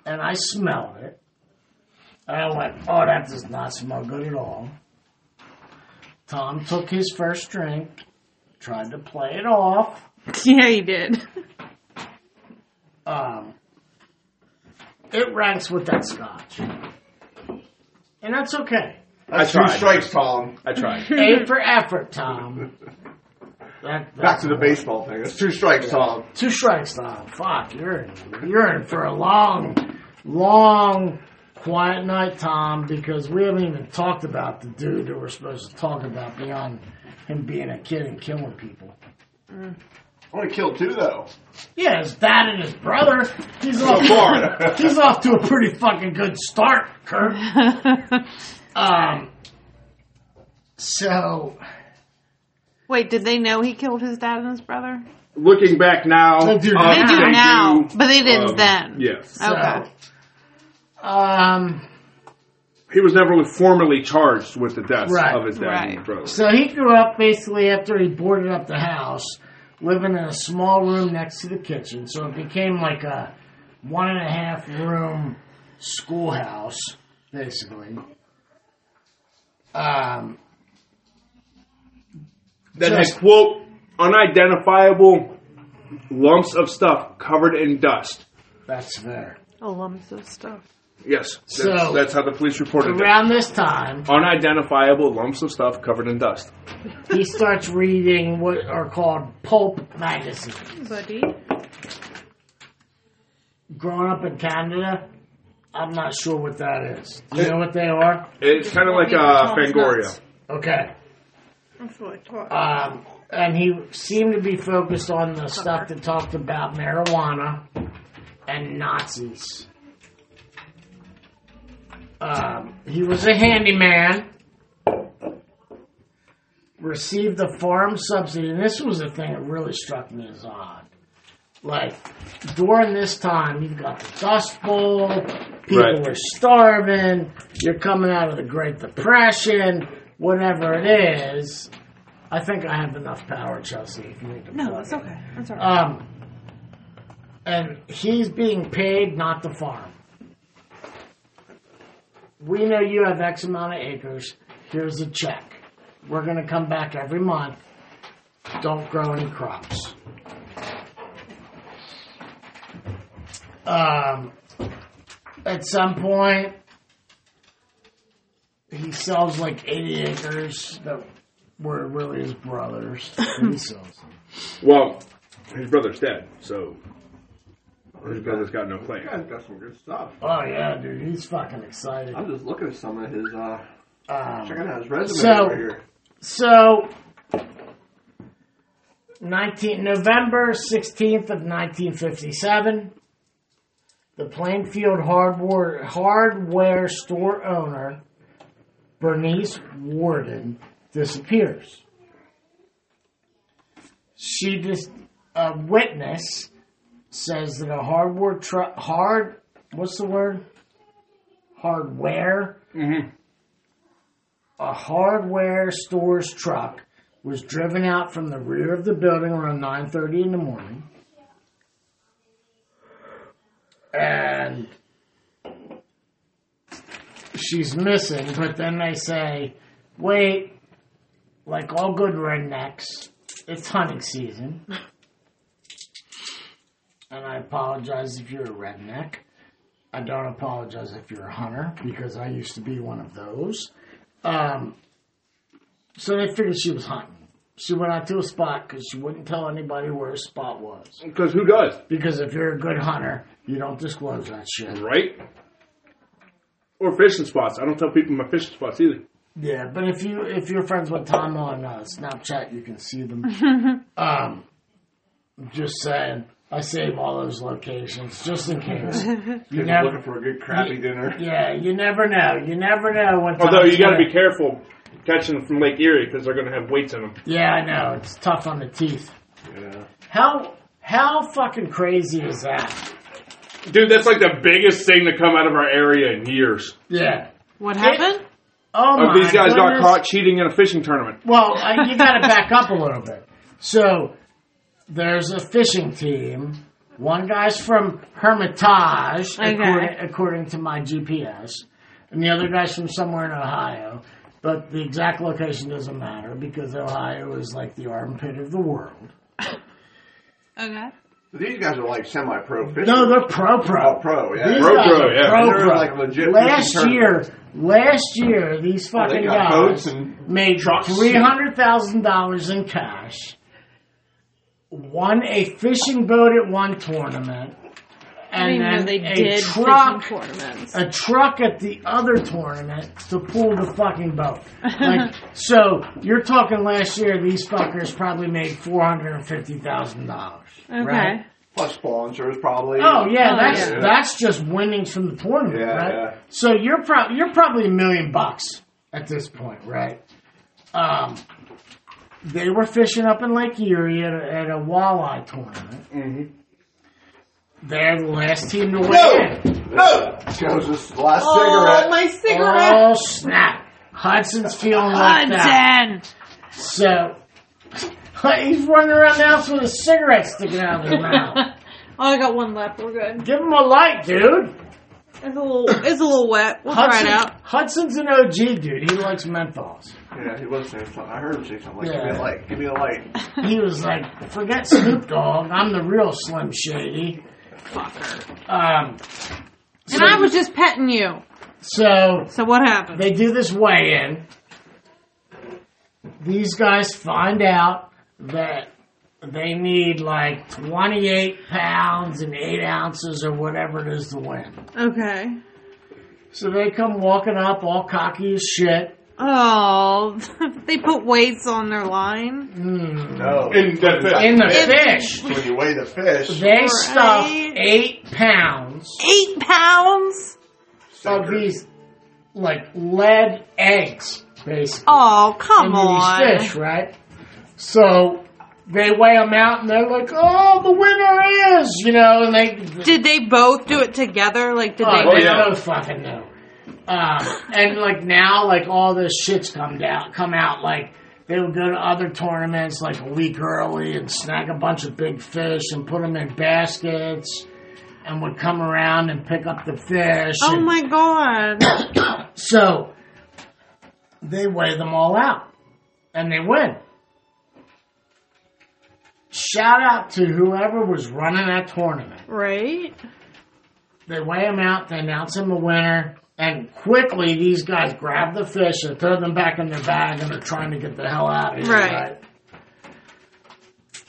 Speaker 3: and I smelled it. And I went, oh, that does not smell good at all. Tom took his first drink, tried to play it off.
Speaker 7: Yeah, you did.
Speaker 3: um, it ranks with that scotch. And that's okay.
Speaker 5: That's
Speaker 2: I
Speaker 5: two
Speaker 2: tried.
Speaker 5: strikes, Tom.
Speaker 2: I tried.
Speaker 3: A for effort, Tom. That,
Speaker 5: Back
Speaker 3: that's
Speaker 5: to the baseball thing. That's two strikes, Tom.
Speaker 3: Two strikes, Tom. Fuck, you're in, you're in for a long, long, quiet night, Tom, because we haven't even talked about the dude that we're supposed to talk about beyond him being a kid and killing people.
Speaker 5: I want to kill two though.
Speaker 3: Yeah, his dad and his brother. He's off. [LAUGHS] he's off to a pretty fucking good start,
Speaker 5: [LAUGHS]
Speaker 3: Kurt. um. So
Speaker 8: Wait, did they know he killed his dad and his brother?
Speaker 2: Looking back now,
Speaker 3: They do
Speaker 2: uh,
Speaker 3: now.
Speaker 8: They do
Speaker 2: thank
Speaker 8: now,
Speaker 2: you.
Speaker 8: but they didn't
Speaker 2: Um,
Speaker 8: then.
Speaker 2: Yeah,
Speaker 3: so.
Speaker 8: Okay.
Speaker 3: Um.
Speaker 2: he was never formally charged with the death
Speaker 3: Right.
Speaker 2: of his dad and his
Speaker 8: Right.
Speaker 2: brother.
Speaker 3: So he grew up basically after he boarded up the house, living in a small room next to the kitchen. So it became like a one and a half room schoolhouse, basically. Um.
Speaker 2: That
Speaker 3: Just-
Speaker 2: had quote unidentifiable lumps of stuff covered in dust.
Speaker 3: That's fair.
Speaker 7: Oh, lumps of stuff.
Speaker 2: Yes, that's,
Speaker 3: So-
Speaker 2: that's how the police reported it.
Speaker 3: Around this time,
Speaker 2: Unidentifiable lumps of stuff covered in dust.
Speaker 3: he starts reading what are called pulp magazines.
Speaker 7: Buddy.
Speaker 3: Growing up in Canada, I'm not sure what that is. Do you know what they are?
Speaker 2: It's kind of like uh, Fangoria.
Speaker 3: Okay.
Speaker 7: That's what I thought.
Speaker 3: Um, and he seemed to be focused on the stuff that talked about marijuana and Nazis. Um, he was a handyman. Received a farm subsidy, and this was the thing that really struck me as odd. Like during this time, you've got the Dust Bowl, people
Speaker 2: Right.
Speaker 3: were starving, you're coming out of the Great Depression, whatever it is. I think I have enough power, Chelsea. If you need to
Speaker 7: No,
Speaker 3: plug
Speaker 7: it's
Speaker 3: it.
Speaker 7: okay. I'm sorry.
Speaker 3: Um, and he's being paid not to farm. We know you have X amount of acres. Here's a check. We're going to come back every month. Don't grow any crops. Um, at some point, he sells like 80 acres that were really his brother's. and he sells them.
Speaker 2: Well, his brother's dead, so his brother's got no claim.
Speaker 5: You guys got some good stuff.
Speaker 3: Oh, yeah, dude. He's fucking excited.
Speaker 5: I'm just looking at some of his, uh,
Speaker 3: Um,
Speaker 5: checking out his resume
Speaker 3: So-
Speaker 5: over here.
Speaker 3: so, 19, November 16th of 1957, the Plainfield hardware, hardware store owner, Bernice Warden, disappears. She dis- a witness says that a hardware truck, hard, what's the word? Hardware? a hardware store's truck was driven out from the rear of the building around 9.30 in the morning and she's missing but then they say wait like all good rednecks it's hunting season and i apologize if you're a redneck i don't apologize if you're a hunter because i used to be one of those um, so they figured she was hunting. She went out to a spot because she wouldn't tell anybody where her spot was.
Speaker 2: Because who does?
Speaker 3: Because if you're a good hunter, you don't disclose that shit.
Speaker 2: Right? Or fishing spots. I don't tell people my fishing spots either.
Speaker 3: Yeah, but if you if you're friends with Tom on uh, Snapchat, you can see them. um, just saying, I save all those locations just in case. You
Speaker 5: Kids
Speaker 3: never,
Speaker 5: looking for a good crappy dinner.
Speaker 3: yeah, you never know. You never know when.
Speaker 2: Although
Speaker 3: Tom's
Speaker 2: you got to
Speaker 3: gonna-
Speaker 2: be careful catching them from Lake Erie because they're going to have weights in them.
Speaker 3: Yeah, I know it's tough on the teeth.
Speaker 5: Yeah.
Speaker 3: How how fucking crazy is that?
Speaker 2: Dude, that's like the biggest thing to come out of our area in years.
Speaker 3: Yeah.
Speaker 8: What happened?
Speaker 3: Oh
Speaker 2: Of
Speaker 3: my
Speaker 2: these guys got
Speaker 3: goodness.
Speaker 2: caught cheating in a fishing tournament.
Speaker 3: Well, uh, you got to back up a little bit. So there's a fishing team. One guy's from Hermitage,
Speaker 8: Okay.
Speaker 3: according, according to my GPS, and the other guy's from somewhere in Ohio. But the exact location doesn't matter because Ohio is like the armpit of the world.
Speaker 8: Okay.
Speaker 5: So these guys are like semi-pro fishing.
Speaker 3: No, they're pro pro.
Speaker 5: Oh, pro, yeah.
Speaker 3: These
Speaker 2: Pro
Speaker 3: guys
Speaker 2: pro,
Speaker 3: are
Speaker 2: yeah.
Speaker 3: pro
Speaker 5: They're
Speaker 3: pro.
Speaker 5: like legit
Speaker 3: last
Speaker 5: fishing
Speaker 3: year, last year, these
Speaker 5: Well, they
Speaker 3: fucking
Speaker 5: got
Speaker 3: guys
Speaker 5: boats and
Speaker 3: made
Speaker 5: trucks.
Speaker 3: three hundred thousand dollars in cash. Won a fishing boat at one tournament,
Speaker 8: I
Speaker 3: and
Speaker 8: didn't
Speaker 3: then
Speaker 8: know they
Speaker 3: a
Speaker 8: did
Speaker 3: truck,
Speaker 8: fishing tournaments.
Speaker 3: a truck at the other tournament to pull the fucking boat.
Speaker 8: [LAUGHS]
Speaker 3: Like, so you're talking last year, these fuckers probably made four hundred and fifty thousand dollars.
Speaker 8: Okay.
Speaker 3: Right?
Speaker 5: plus sponsors probably.
Speaker 3: Oh yeah,
Speaker 8: Oh,
Speaker 3: that's
Speaker 5: yeah.
Speaker 3: that's just winnings from the tournament,
Speaker 5: Yeah,
Speaker 3: right?
Speaker 5: yeah.
Speaker 3: So you're probably you're probably a million bucks at this point, right? Um, they were fishing up in Lake Erie at a, at a walleye tournament.
Speaker 5: Mm-hmm.
Speaker 3: They're the last team to win.
Speaker 5: No! No! Shows his last
Speaker 8: Oh,
Speaker 5: cigarette.
Speaker 8: my cigarette.
Speaker 3: Oh snap! Hudson's feeling left out.
Speaker 8: Hudson.
Speaker 3: So [LAUGHS] he's running around the house with a cigarette sticking out of his [LAUGHS] mouth.
Speaker 8: [LAUGHS] Oh, I got one left. We're good.
Speaker 3: Give him a light, dude.
Speaker 8: It's a [COUGHS] little. It's a little wet. We'll try
Speaker 3: Hudson,
Speaker 8: it out.
Speaker 3: Hudson's an OG dude. He likes menthols.
Speaker 5: Yeah, he was saying something. I heard him say something like,
Speaker 3: Yeah.
Speaker 5: give me a light, give me
Speaker 3: [LAUGHS]
Speaker 5: a light.
Speaker 3: He was like, forget Snoop Dogg. I'm the real Slim Shady. Um,
Speaker 8: And I was just petting you.
Speaker 3: so
Speaker 8: So what happened?
Speaker 3: they do this weigh in. These guys find out that they need like 28 pounds and 8 ounces or whatever it is to win.
Speaker 8: Okay.
Speaker 3: So they come walking up all cocky as shit.
Speaker 8: Oh, [LAUGHS] they put weights on their line.
Speaker 3: Mm.
Speaker 5: No.
Speaker 2: In the fish.
Speaker 3: In the fish.
Speaker 5: When you weigh the fish,
Speaker 3: They stuff
Speaker 8: Right.
Speaker 3: 8 pounds
Speaker 8: Eight pounds.
Speaker 3: of
Speaker 5: sucker.
Speaker 3: these like lead eggs, basically.
Speaker 8: Oh, come
Speaker 3: into
Speaker 8: on.
Speaker 3: these fish, right? So they weigh them out and they're like, "Oh, the winner is," you know, and they
Speaker 8: Did they both do it together? Like, did
Speaker 3: oh,
Speaker 8: they?
Speaker 3: they
Speaker 2: yeah.
Speaker 3: don't fucking know. Um, and like now, like all this shit's come down, come out. Like they would go to other tournaments like a week early and snag a bunch of big fish and put them in baskets, and would come around and pick up the fish.
Speaker 8: Oh
Speaker 3: and-
Speaker 8: my god.
Speaker 3: So they weigh them all out and they win. Shout out to whoever was running that tournament.
Speaker 8: Right?
Speaker 3: They weigh them out. They announce them a winner. And quickly, these guys grab the fish and throw them back in their bag, and they're trying to get the hell out of here.
Speaker 8: Right.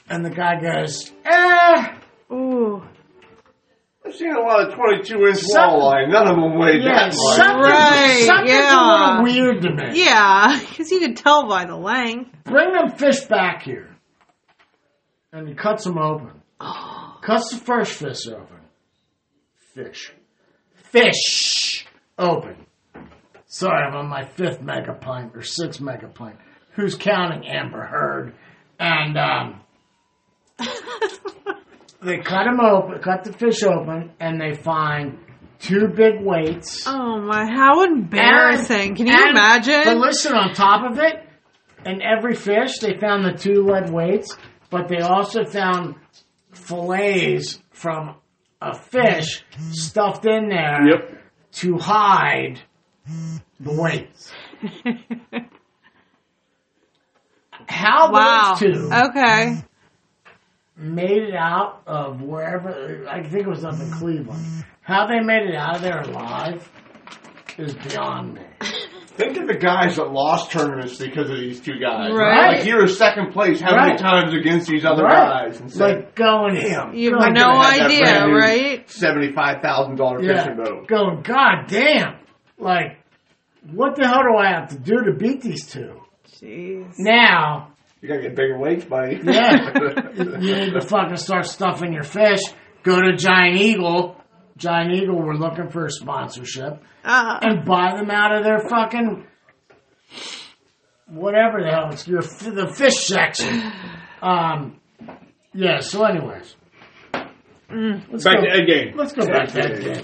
Speaker 3: And the guy goes, "Eh,
Speaker 8: Ooh.
Speaker 5: I've seen a lot of 22 inch
Speaker 3: Some-
Speaker 5: walleye. None of them weighed
Speaker 3: yeah,
Speaker 5: that much.
Speaker 3: something,
Speaker 8: Right,
Speaker 3: something's
Speaker 8: yeah.
Speaker 3: a little weird to me.
Speaker 8: Yeah, because you could tell by the length.
Speaker 3: Bring them fish back here." And he cuts them open. Cuts the first fish open. Fish. Fish open. Sorry, I'm on my fifth mega pint or sixth mega pint. Who's counting Amber Heard? And um, they cut him open, cut the fish open, and they find two big weights.
Speaker 8: Oh my, how embarrassing. Can you
Speaker 3: And- But
Speaker 8: imagine?
Speaker 3: listen, on top of it, in every fish, they found the two lead weights, but they also found fillets from a fish stuffed in there
Speaker 2: Yep.
Speaker 3: to hide the weights. How
Speaker 8: Wow. Oh.
Speaker 3: those two
Speaker 8: Okay.
Speaker 3: made it out of wherever, I think it was up in Cleveland, how they made it out of there alive is beyond me.
Speaker 5: Think of the guys that lost tournaments because of these two guys.
Speaker 8: Right.
Speaker 5: Like you're in second place how many
Speaker 3: Right.
Speaker 5: times against these other
Speaker 3: Right.
Speaker 5: guys? And say,
Speaker 3: Like going him.
Speaker 8: You have no idea, right?
Speaker 5: Seventy-five thousand dollar
Speaker 3: Yeah.
Speaker 5: fishing boat.
Speaker 3: Going, God damn. Like, what the hell do I have to do to beat these two?
Speaker 8: Jeez.
Speaker 3: Now,
Speaker 5: You gotta get bigger weights, buddy. [LAUGHS]
Speaker 3: yeah, you need to fucking start stuffing your fish. Go to Giant Eagle. Giant Eagle, we're looking for a sponsorship.
Speaker 8: Uh,
Speaker 3: And buy them out of their fucking whatever the hell it's your the fish section. Um, yeah. So, anyways, Let's
Speaker 2: Back
Speaker 3: go-
Speaker 2: to Ed game.
Speaker 3: [LAUGHS] Let's go back to that game.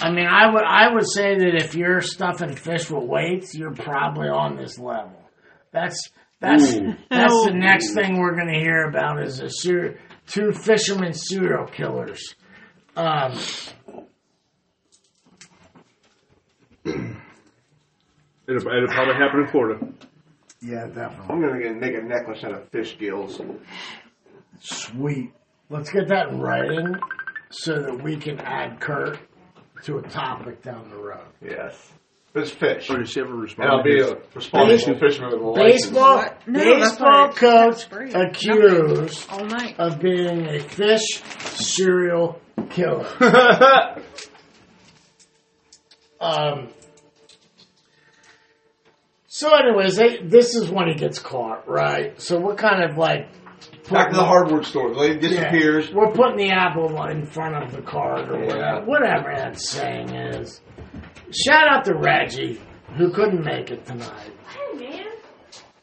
Speaker 3: I mean, I would I would say that if you're stuffing fish with weights, you're probably on this level. That's that's
Speaker 2: Ooh.
Speaker 3: that's
Speaker 8: Hmm.
Speaker 3: the next thing we're going to hear about is a ser- two fishermen serial killers. Um,
Speaker 2: It'll, it'll probably happen in Florida.
Speaker 3: yeah, definitely.
Speaker 5: I'm gonna get, make a necklace out of fish gills.
Speaker 3: Sweet. Let's get that in writing so that we can add Kurt to a topic down the road.
Speaker 5: Yes, but it's fish,
Speaker 2: Or
Speaker 5: and
Speaker 2: does she ever respond?
Speaker 5: I'll be a responsible fisherman with a license.
Speaker 3: Baseball,
Speaker 8: No, that's
Speaker 3: baseball
Speaker 8: not-
Speaker 3: coach
Speaker 8: that's great.
Speaker 3: accused
Speaker 8: all night.
Speaker 3: of being a fish serial
Speaker 5: [LAUGHS]
Speaker 3: killer. Um, so, anyways, they, this is when he gets caught, right? So we're kind of like
Speaker 5: Back to the hardware store. The lady
Speaker 3: yeah,
Speaker 5: disappears.
Speaker 3: We're putting the apple in front of the card or whatever, whatever that saying is. Shout out to Reggie who couldn't make it tonight.
Speaker 4: Hey, man.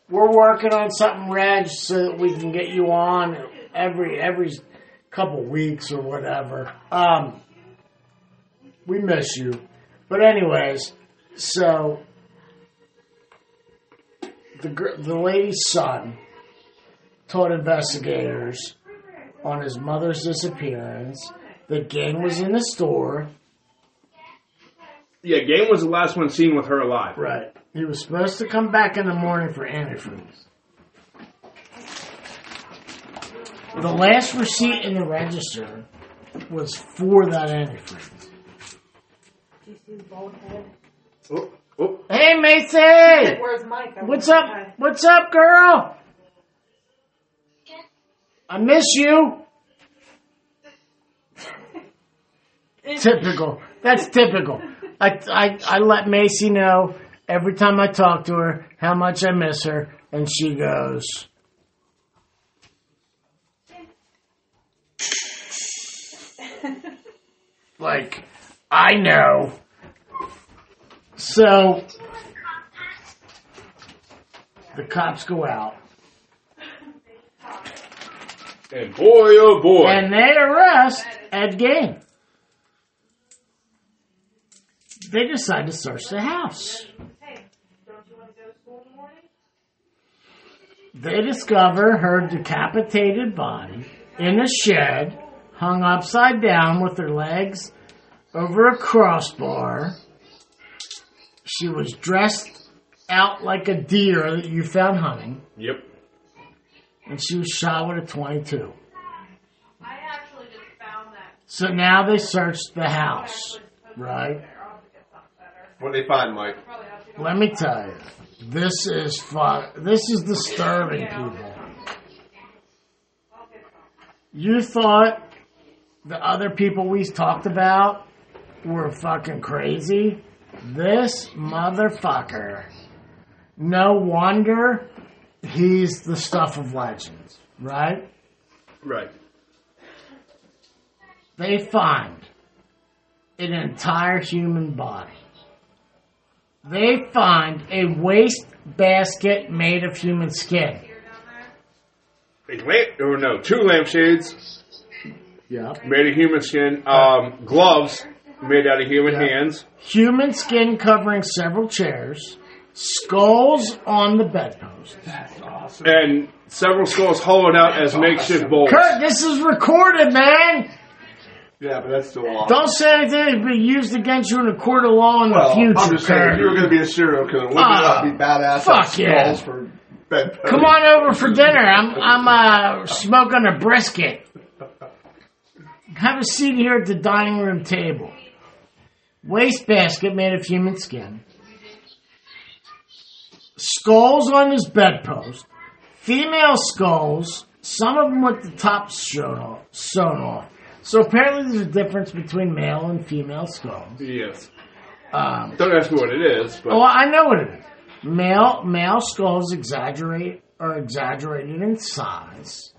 Speaker 3: We're working on something, Reg, so that we can get you on every every couple weeks or whatever. Um, we miss you, but anyways, so the gir- the lady's son told investigators on his mother's disappearance that gang was in the store.
Speaker 2: Yeah, game was the last one seen with her alive.
Speaker 3: Right. He was supposed to come back in the morning for antifreeze. The last receipt in the register was for that antifreeze.
Speaker 4: Do you see his bald head?
Speaker 2: Oh, oh.
Speaker 3: Hey, Macy!
Speaker 4: Where's Mike? I
Speaker 3: What's
Speaker 4: wonder
Speaker 3: up?
Speaker 4: why.
Speaker 3: What's up, girl? I miss
Speaker 4: [LAUGHS]
Speaker 3: you. typical. That's typical. I, I, I let Macy know every time I talk to her how much I miss her, and she
Speaker 4: [LAUGHS]
Speaker 3: goes, like, I know. So the cops go out
Speaker 2: And boy, oh boy.
Speaker 3: and they arrest Ed Gain. They decide to search the house.
Speaker 4: Hey, don't you want to go to school in the morning?
Speaker 3: They discover her decapitated body in a shed, hung upside down with her legs over a crossbar. She was dressed out like a deer that you found hunting,
Speaker 2: yep.
Speaker 3: and she was shot with a 22.
Speaker 4: I actually just found that
Speaker 3: So now they searched the house, right?
Speaker 5: What they find, Mike?
Speaker 3: Let me tell you, this is fun. This is disturbing, people. You thought the other people we talked about were fucking crazy? This motherfucker. No wonder he's the stuff of legends, right?
Speaker 5: Right.
Speaker 3: They find an entire human body. They find a waste basket made of human skin.
Speaker 2: A lamp, or no, two lampshades
Speaker 3: Yep.
Speaker 2: made of human skin,
Speaker 5: Uh,
Speaker 2: um, gloves made out of human
Speaker 3: Yeah.
Speaker 2: hands,
Speaker 3: Human skin covering several chairs, skulls on the bedpost.
Speaker 2: and several skulls hollowed out as makeshift bowls.
Speaker 3: Kurt, this is recorded, man.
Speaker 5: Yeah, but that's still off.
Speaker 3: Don't say anything that'd be used against you in a court of law in
Speaker 5: Well,
Speaker 3: the future,
Speaker 5: I'm just saying,
Speaker 3: Kurt.
Speaker 5: if you were going to be a serial killer, wouldn't
Speaker 3: Ah,
Speaker 5: it not be badass?
Speaker 3: fuck
Speaker 5: Have
Speaker 3: yeah.
Speaker 5: skulls for bed.
Speaker 3: Come on over for dinner. I'm I'm uh, smoking a brisket. Have a seat here at the dining room table. Wastebasket made of human skin. Skulls on his bedpost. Female skulls. Some of them with the tops shown off, sewn off. So apparently there's a difference between male and female skulls.
Speaker 2: Yes.
Speaker 3: Um,
Speaker 2: Don't ask me what it is, but
Speaker 3: Oh, I know what it is. Male male skulls exaggerate are exaggerated in size,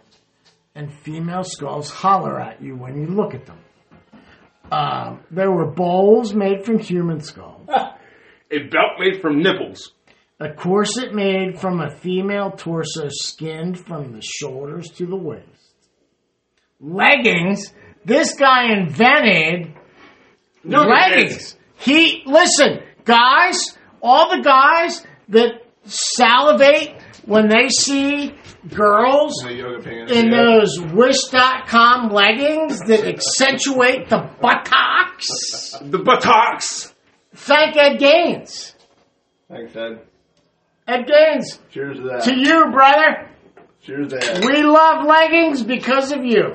Speaker 3: and female skulls holler at you when you look at them. Um, there were bowls made from human skulls,
Speaker 2: a belt made from nipples.
Speaker 3: a corset made from a female torso skinned from the shoulders to the waist, leggings. This guy invented
Speaker 2: No, you
Speaker 3: leggings. He listen, guys, all the guys that salivate when they see girls
Speaker 5: The yoga pants.
Speaker 3: in
Speaker 5: yeah.
Speaker 3: those wish.com leggings that accentuate the buttocks.
Speaker 2: didn't. The buttocks.
Speaker 3: Thank Ed Gaines.
Speaker 5: Thanks, Ed.
Speaker 3: Ed Gaines,
Speaker 5: Cheers to that.
Speaker 3: to you, brother.
Speaker 5: Cheers to that.
Speaker 3: We love leggings because of you.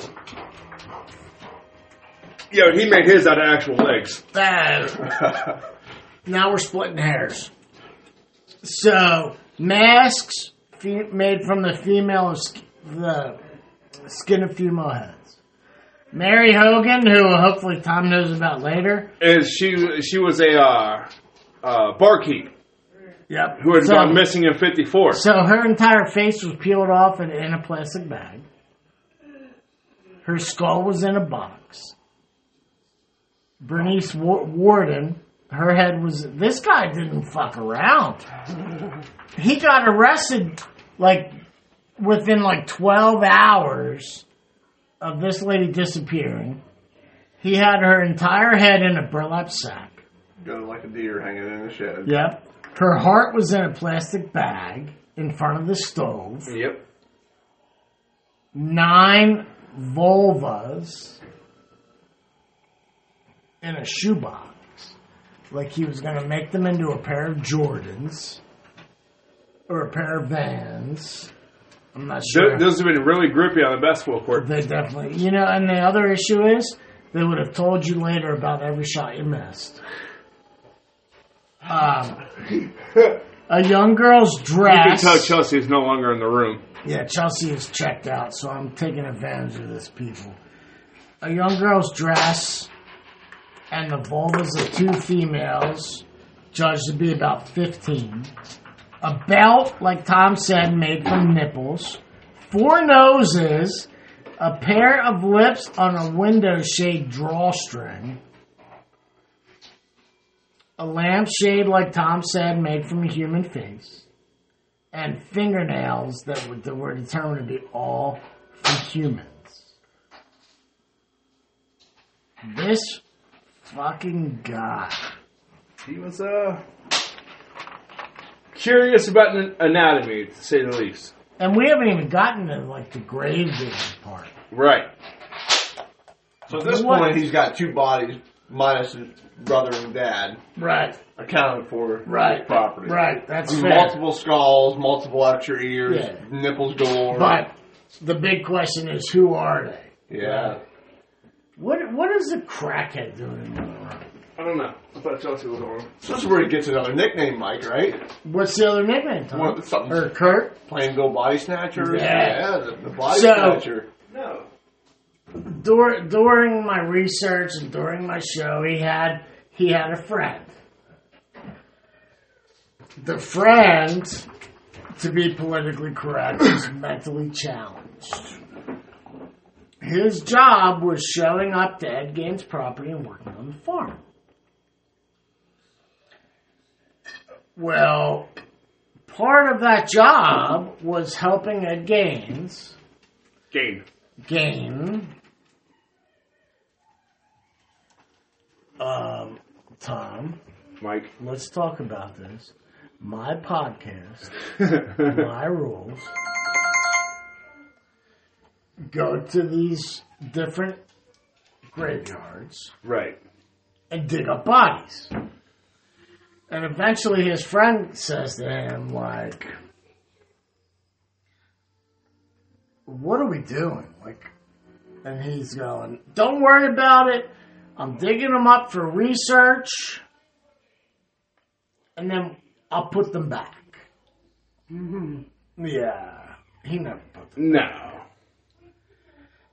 Speaker 2: Yo, he made his out of actual legs.
Speaker 3: Uh,
Speaker 5: [LAUGHS]
Speaker 3: now we're splitting hairs. So masks fe- made from the female of sk- the skin of female heads. Mary Hogan, who hopefully Tom knows about later.
Speaker 2: Is she? She was a uh, uh, barkeep
Speaker 3: Yep.
Speaker 2: who had
Speaker 3: so,
Speaker 2: gone missing in '54.
Speaker 3: So her entire face was peeled off and in a plastic bag. Her skull was in a box. Bernice Wa- Warden, her head was. This guy didn't fuck around. He got arrested like within like 12 hours of this lady disappearing. He had her entire head in a burlap sack.
Speaker 5: Got like a deer hanging in the shed.
Speaker 3: Yep. Her heart was in a plastic bag in front of the stove.
Speaker 2: Yep.
Speaker 3: nine vulvas in a shoebox. Like he was going to make them into a pair of Jordans or a pair of Vans. I'm not sure.
Speaker 2: Th- Those have been really grippy on the basketball court.
Speaker 3: they definitely, you know, and the other issue is they would have told you later about every shot you missed. Um,
Speaker 2: [LAUGHS]
Speaker 3: a young girl's
Speaker 2: You can
Speaker 3: dress.
Speaker 2: tell Chelsea is no longer in the room.
Speaker 3: Yeah, Chelsea is checked out, so I'm taking advantage of this, people. A young girl's dress and the vulvas of two females, judged to be about 15. A belt, like Tom said, made from nipples. Four noses. A pair of lips on a window shade drawstring. A lampshade, like Tom said, made from a human face and fingernails that were, that were determined to be all from humans. This fucking guy.
Speaker 6: He was uh
Speaker 2: Curious about an- anatomy, to say the least.
Speaker 3: And we haven't even gotten to like the grave digging part.
Speaker 2: Right.
Speaker 5: So at this
Speaker 3: What?
Speaker 5: point, he's got two bodies, minus his brother and dad,
Speaker 3: Right,
Speaker 5: accounted for
Speaker 3: Right.
Speaker 5: his property.
Speaker 3: right. That's fair.
Speaker 5: Multiple skulls, multiple extra ears,
Speaker 3: Yeah.
Speaker 5: nipples galore.
Speaker 3: But the big question is, who are they?
Speaker 5: yeah.
Speaker 3: What What is a crackhead doing in the room?
Speaker 2: I don't know. I thought Chelsea was on.
Speaker 5: So this is where he gets another nickname, Mike, right?
Speaker 3: What's the other nickname, Tom?
Speaker 5: Well, something-
Speaker 3: or Kurt?
Speaker 5: Plain Go Body Snatcher.
Speaker 3: Yeah.
Speaker 5: the, the Body
Speaker 3: So-
Speaker 5: Snatcher.
Speaker 2: No.
Speaker 3: Dur- during my research and during my show, he had he had a friend. The friend, to be politically correct, is mentally challenged. His job was showing up to Ed Gaines' property and working on the farm. Well, part of that job was helping Ed Gaines
Speaker 2: Gain.
Speaker 3: game. Um, Tom,
Speaker 2: Mike.
Speaker 3: let's talk about this. My podcast, my rules. Go to these different graveyards
Speaker 2: right.
Speaker 3: and dig up bodies. And eventually his friend says to him, like, what are we doing? Like, and he's going, don't worry about it. I'm digging them up for research. And then I'll put them back. Mm-hmm. Yeah. He never put them.
Speaker 2: No.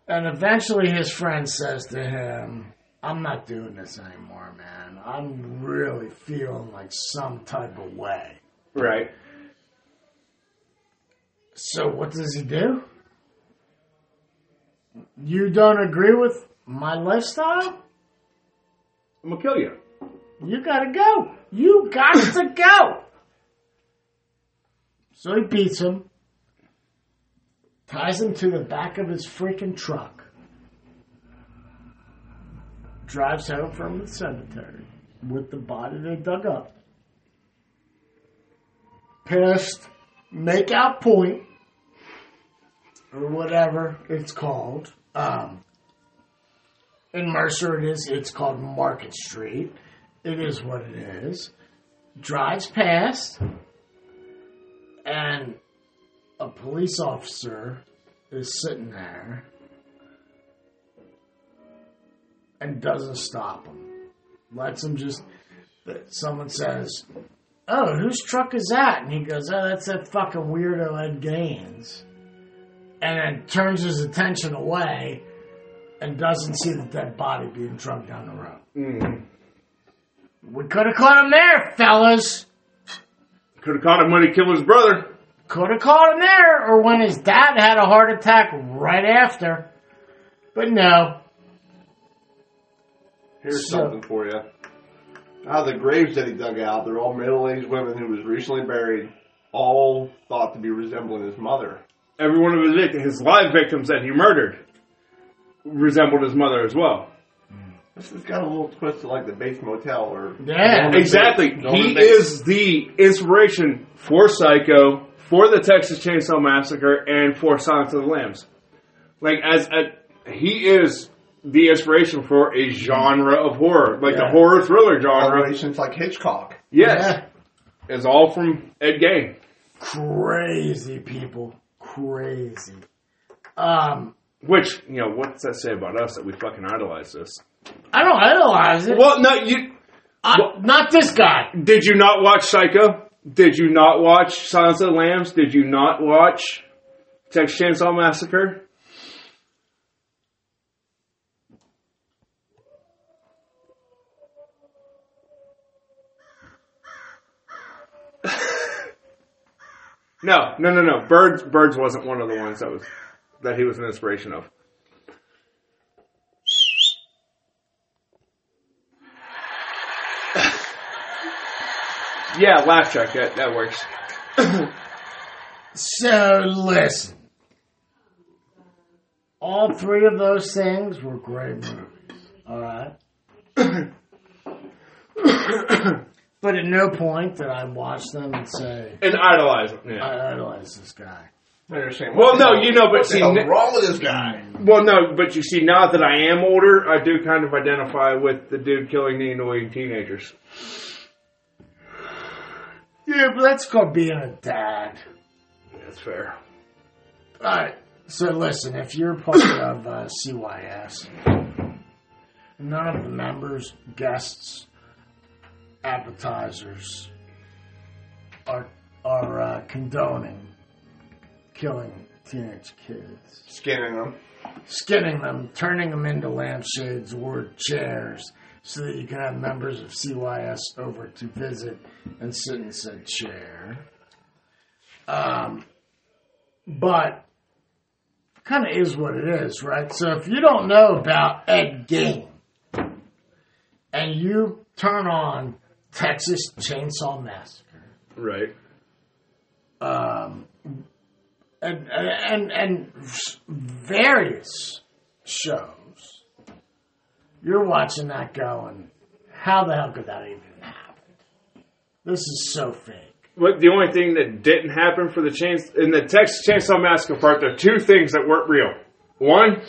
Speaker 3: And eventually his friend says to him, I'm not doing this anymore, man. I'm really feeling like some type of way.
Speaker 2: Right.
Speaker 3: So what does he do? You don't agree with my lifestyle?
Speaker 2: I'm gonna kill you.
Speaker 3: You gotta go. You got to go. So he beats him, ties him to the back of his freaking truck, drives home from the cemetery with the body they dug up. Past make out point, or whatever it's called. Um, in Mercer, it is. It's called Market Street. It is what it is. Drives past, and a police officer is sitting there and doesn't stop him. Lets him just. But someone says, "Oh, whose truck is that?" And he goes, "Oh, that's that fucking weirdo Ed Gaines." And then turns his attention away and doesn't see the dead body being drunk down the road. We could have caught him there, fellas.
Speaker 2: Could have caught him when he killed his brother.
Speaker 3: Could have caught him there, or when his dad had a heart attack right after. But no.
Speaker 5: Here's
Speaker 3: So-
Speaker 5: something for you. Out of the graves that he dug out, they're all middle-aged women who was recently buried, all thought to be resembling his mother.
Speaker 2: Every one of his vic- his live victims that he murdered resembled his mother as well.
Speaker 5: This has got a little twist to like the Bates Motel or
Speaker 3: Yeah.
Speaker 2: Exactly.
Speaker 5: Don't
Speaker 2: He
Speaker 5: they-
Speaker 2: is the inspiration for Psycho, for the Texas Chainsaw Massacre, and for Silence of the Lambs. Like as a, he is the inspiration for a genre of horror, like the
Speaker 3: Yeah.
Speaker 2: horror thriller genre.
Speaker 5: operations like Hitchcock.
Speaker 2: Yes, it's all from Ed Gein.
Speaker 3: Crazy people. Crazy. Um,
Speaker 2: Which you know, what does that say about us that we fucking idolize this?
Speaker 3: I don't idolize it.
Speaker 2: Well, no, you
Speaker 3: I- not this guy.
Speaker 2: did you not watch Psycho? Did you not watch Silence of the Lambs? Did you not watch Texas Chainsaw Massacre? [LAUGHS] no, no, no, no. Birds, Birds wasn't one of the ones that was that he was an inspiration of. Yeah, laugh track. That that works.
Speaker 3: So listen, all three of those things were great movies. All right, [COUGHS] but at no point did I watch them and say
Speaker 2: And idolize him. Yeah.
Speaker 3: I idolize this guy.
Speaker 5: Understand?
Speaker 2: Well, no, you know, but
Speaker 5: what's
Speaker 2: see, Nick-
Speaker 5: wrong with this guy?
Speaker 2: Well, no, but you see, now that I am older, I do kind of identify with the dude killing the annoying teenagers.
Speaker 3: Yeah, but that's called being a dad.
Speaker 2: That's fair. [COUGHS]
Speaker 3: All right. So listen, if you're part of uh, CYS, none of the members, guests, appetizers are are uh, condoning killing teenage kids
Speaker 5: Scanning them.
Speaker 3: skinning them, turning them into lampshades or chairs so that you can have members of CYS over to visit and sit in said chair. Um, but kind of is what it is, right? So if you don't know about Ed Gein and you turn on Texas Chainsaw Massacre,
Speaker 2: Right.
Speaker 3: um, and, and and various shows. You're watching that going, how the hell could that even happen? This is so fake.
Speaker 2: But the only thing that didn't happen for the chains in the Texas Chainsaw Massacre part, there are two things that weren't real. One,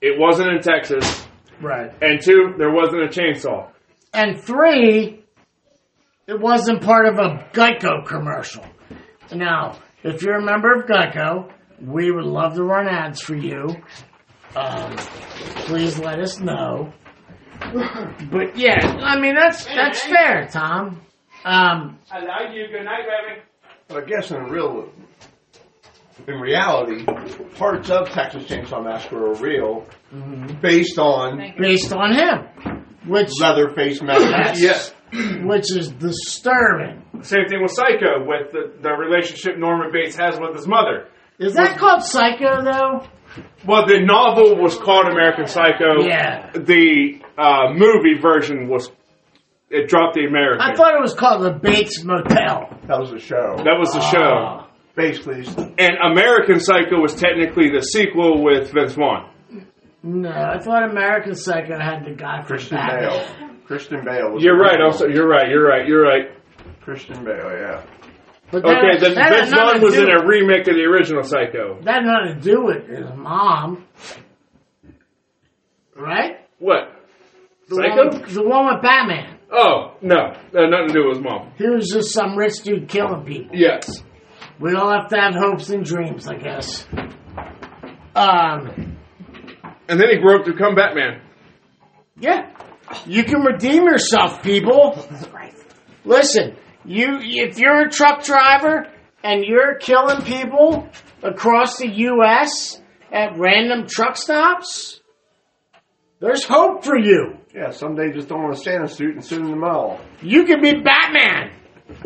Speaker 2: it wasn't in Texas,
Speaker 3: Right.
Speaker 2: and two, there wasn't a chainsaw.
Speaker 3: And three, it wasn't part of a Geico commercial. Now, if you're a member of Geico, we would love to run ads for you. Um, please let us know. But yeah, I mean that's that's fair, Tom. Um,
Speaker 2: I love you. Good night, baby.
Speaker 5: But I guess in real, in reality, parts of Texas Chainsaw Massacre are real, based on
Speaker 3: based on him, which
Speaker 5: Leatherface Massacre.
Speaker 2: Yes.
Speaker 3: which is disturbing.
Speaker 2: Same thing with Psycho, with the, the relationship Norman Bates has with his mother.
Speaker 3: Is that called psycho though?
Speaker 2: Well, the novel was called American Psycho.
Speaker 3: Yeah.
Speaker 2: The uh, movie version was it dropped the American.
Speaker 3: I thought it was called the Bates Motel.
Speaker 5: That was a show.
Speaker 2: that was the
Speaker 3: Ah.
Speaker 2: show,
Speaker 5: Basically, it's-
Speaker 2: and American Psycho was technically the sequel with Vince Vaughn.
Speaker 3: No, I thought American Psycho had the guy from
Speaker 5: Christian
Speaker 3: Batman.
Speaker 5: Bale. Christian Bale. Was
Speaker 2: You're right. Also, you're right. You're right. You're right.
Speaker 5: Christian Bale. Yeah.
Speaker 3: But that-
Speaker 2: Okay, then
Speaker 3: that had
Speaker 2: Vince
Speaker 3: nothing
Speaker 2: Vaughn
Speaker 3: to
Speaker 2: was
Speaker 3: do-
Speaker 2: in a remake of the original Psycho.
Speaker 3: That had nothing to do with his mom, right?
Speaker 2: What?
Speaker 3: The
Speaker 2: Psycho?
Speaker 3: one, the one with Batman.
Speaker 2: Oh no, no, nothing to do with his mom.
Speaker 3: He was just some rich dude killing people.
Speaker 2: Yes.
Speaker 3: We all have to have hopes and dreams, I guess. Um,
Speaker 2: And then he grew up to become Batman.
Speaker 3: yeah, you can redeem yourself, people. Listen, you if you're a truck driver and you're killing people across the U.S. at random truck stops, there's hope for you.
Speaker 5: Yeah. Someday, just don't want to stand in a suit and sit in the mall.
Speaker 3: You can be Batman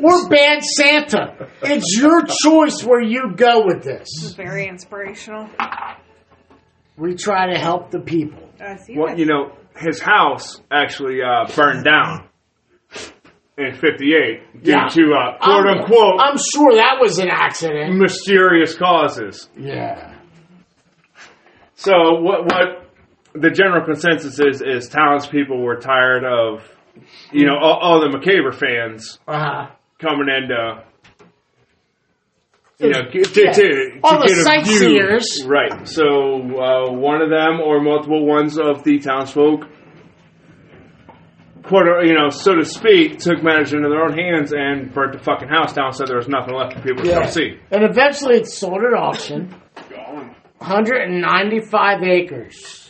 Speaker 3: or Bad Santa. It's your choice where you go with
Speaker 7: This is
Speaker 3: this.
Speaker 7: very inspirational.
Speaker 3: We try to help the people.
Speaker 7: I see
Speaker 2: Well,
Speaker 7: that.
Speaker 2: you know, his house actually uh, burned down in '58 due
Speaker 3: Yeah. Um,
Speaker 2: to uh, "quote
Speaker 3: I'm-
Speaker 2: unquote"
Speaker 3: I'm sure that was an accident.
Speaker 2: mysterious causes.
Speaker 3: Yeah.
Speaker 2: So, what what the general consensus is is townspeople were tired of, you know, all, all the McCaber fans
Speaker 3: Uh huh.
Speaker 2: coming in to, uh, you know, get, to,
Speaker 3: Yeah.
Speaker 2: to,
Speaker 3: All
Speaker 2: to
Speaker 3: the
Speaker 2: get a view.
Speaker 3: sightseers.
Speaker 2: Right. So, uh, one of them or multiple ones of the townsfolk, quarter, you know, so to speak, took matters into their own hands and burnt the fucking house down so there was nothing left for people to
Speaker 3: Yeah.
Speaker 2: come see.
Speaker 3: And eventually it's sold at auction. 195 acres.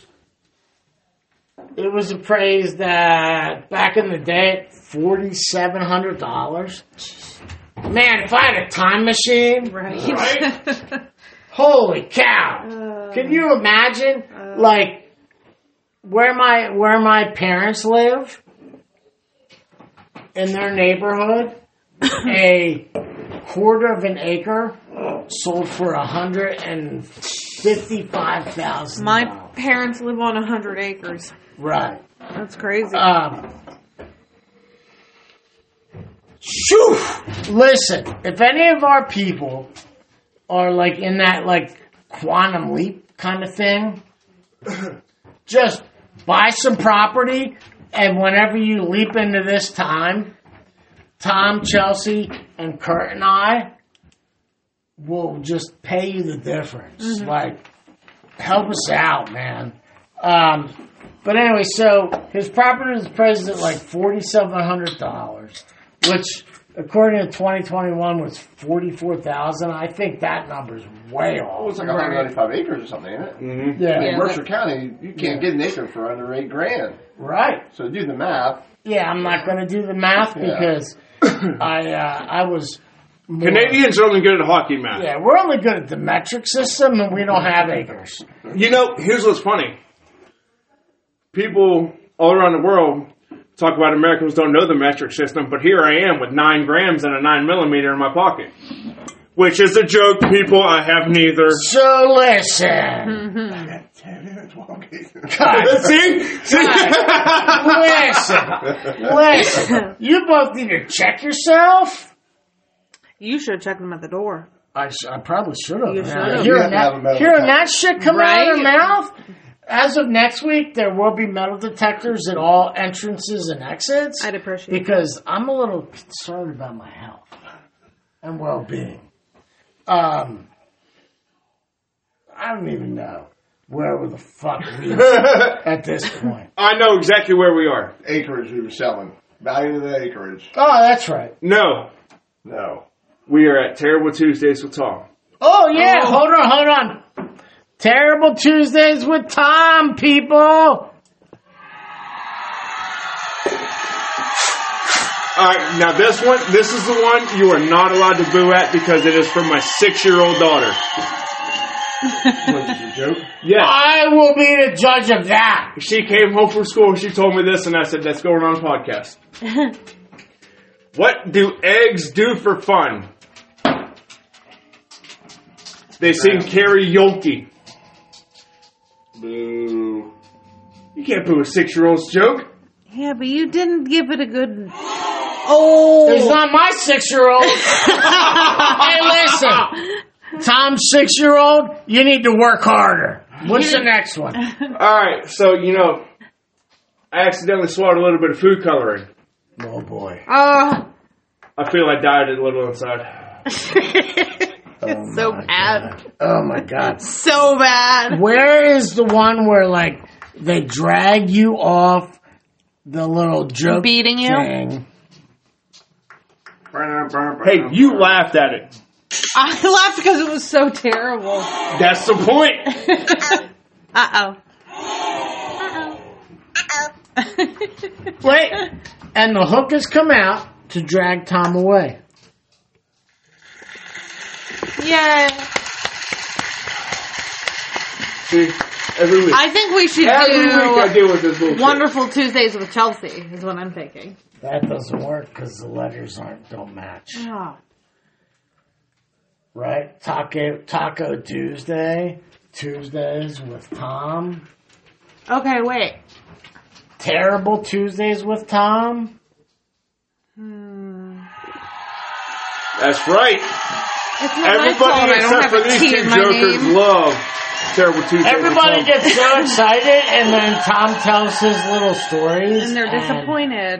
Speaker 3: It was appraised at, back in the day, at $4,700. Man, if I had a time machine,
Speaker 7: right.
Speaker 8: [LAUGHS]
Speaker 3: Holy cow!
Speaker 7: Uh,
Speaker 3: Can you imagine, like, where my where my parents live in their neighborhood? a quarter of an acre sold for a hundred and fifty-five thousand.
Speaker 7: My parents live on a hundred acres.
Speaker 3: right.
Speaker 7: That's crazy.
Speaker 3: Um, shoo! Listen, if any of our people are like in that like quantum leap kind of thing, just buy some property, and whenever you leap into this time, Tom, Chelsea, and Kurt and I will just pay you the difference. Like, help us out, man. Um, but anyway, so his property was appraised at like forty seven hundred dollars, which according to 2021, was 44,000. I think that number's way
Speaker 5: Well, it's
Speaker 3: off.
Speaker 5: like 195 acres or something, ain't it?
Speaker 2: Mm-hmm.
Speaker 3: Yeah,
Speaker 5: In
Speaker 8: Yeah.
Speaker 5: Mercer County, you can't get an acre for under eight grand.
Speaker 3: right.
Speaker 5: So do the math. [LAUGHS]
Speaker 3: Yeah, I'm not going to do the math
Speaker 5: Yeah.
Speaker 3: [COUGHS] because I uh, I was more-
Speaker 2: Canadians are only good at hockey, man.
Speaker 3: Yeah, we're only good at the metric system, and we don't have acres.
Speaker 2: You know, here's what's funny. People all around the world talk about Americans don't know the metric system, but here I am with nine grams and a nine millimeter in my pocket. Which is a joke, people. I have neither.
Speaker 3: So listen,
Speaker 5: [LAUGHS]
Speaker 2: see? See?
Speaker 3: listen,
Speaker 5: [LAUGHS]
Speaker 3: listen. You both need to check yourself.
Speaker 8: You should have checked them at the door.
Speaker 3: I, sh- I probably should have.
Speaker 8: You
Speaker 3: man.
Speaker 8: should've.
Speaker 5: You
Speaker 3: Hearing
Speaker 5: have to have a
Speaker 3: that,
Speaker 5: metal
Speaker 3: hearing
Speaker 5: detector.
Speaker 3: that shit come out of her mouth. As of next week, there will be metal detectors at all entrances and exits.
Speaker 8: I'd appreciate it.
Speaker 3: because I'm a little concerned about my health and well being. Um, I don't even know where the fuck we [LAUGHS] are at this point.
Speaker 2: I know exactly where we are.
Speaker 5: Acreage we were selling. Value of the acreage.
Speaker 3: Oh, that's right.
Speaker 2: No,
Speaker 5: No.
Speaker 2: we are at Terrible Tuesdays with Tom.
Speaker 3: Oh yeah, hold on, hold on. Terrible Tuesdays with Tom, people.
Speaker 2: All right, now this one, this is the one you are not allowed to boo at because it is from my six-year-old daughter.
Speaker 5: What is it, a joke?
Speaker 2: Yeah,
Speaker 3: I will be the judge of that.
Speaker 2: she came home from school and she told me this, and I said, "That's going on a podcast." [LAUGHS] what do eggs do for fun? They sing karaoke.
Speaker 5: Boo.
Speaker 2: You can't boo a six-year-old's joke.
Speaker 8: Yeah, but you didn't give it a good. Oh.
Speaker 3: It's not my six year [LAUGHS] old. hey, listen. Tom's six year old, you need to work harder. What's [LAUGHS] the next one?
Speaker 2: All right, so you know, I accidentally swallowed a little bit of food coloring.
Speaker 3: Oh boy.
Speaker 8: Oh,
Speaker 2: I feel I died a little inside.
Speaker 8: [LAUGHS]
Speaker 2: Oh
Speaker 8: it's so bad.
Speaker 3: Oh my god.
Speaker 8: So bad.
Speaker 3: Where is the one where like they drag you off the little joke
Speaker 8: Beating you?
Speaker 3: thing?
Speaker 2: Hey, you laughed at it.
Speaker 8: I laughed because it was so terrible.
Speaker 2: That's the point.
Speaker 8: Uh oh.
Speaker 3: Wait. And the hook has come out to drag Tom away.
Speaker 8: Yeah.
Speaker 2: See, every week.
Speaker 8: I think we should
Speaker 2: every week I
Speaker 8: do
Speaker 2: deal with this bullshit.
Speaker 8: Wonderful Tuesdays with Chelsea, is what I'm thinking.
Speaker 3: That doesn't work because the letters aren't don't match.
Speaker 8: Oh.
Speaker 3: Right? Taco Taco Tuesday. Tuesdays with Tom.
Speaker 8: Okay, wait.
Speaker 3: Terrible Tuesdays with Tom.
Speaker 2: That's right.
Speaker 8: It's not my fault
Speaker 2: Everybody
Speaker 8: I don't
Speaker 2: except
Speaker 8: have
Speaker 2: for
Speaker 8: a
Speaker 2: these
Speaker 8: T
Speaker 2: two
Speaker 8: in my
Speaker 2: jokers
Speaker 8: name.
Speaker 2: love terrible Tuesday.
Speaker 3: Everybody
Speaker 2: with Tom.
Speaker 3: gets
Speaker 8: [LAUGHS]
Speaker 3: so excited, and then Tom tells his little stories,
Speaker 8: And they're disappointed.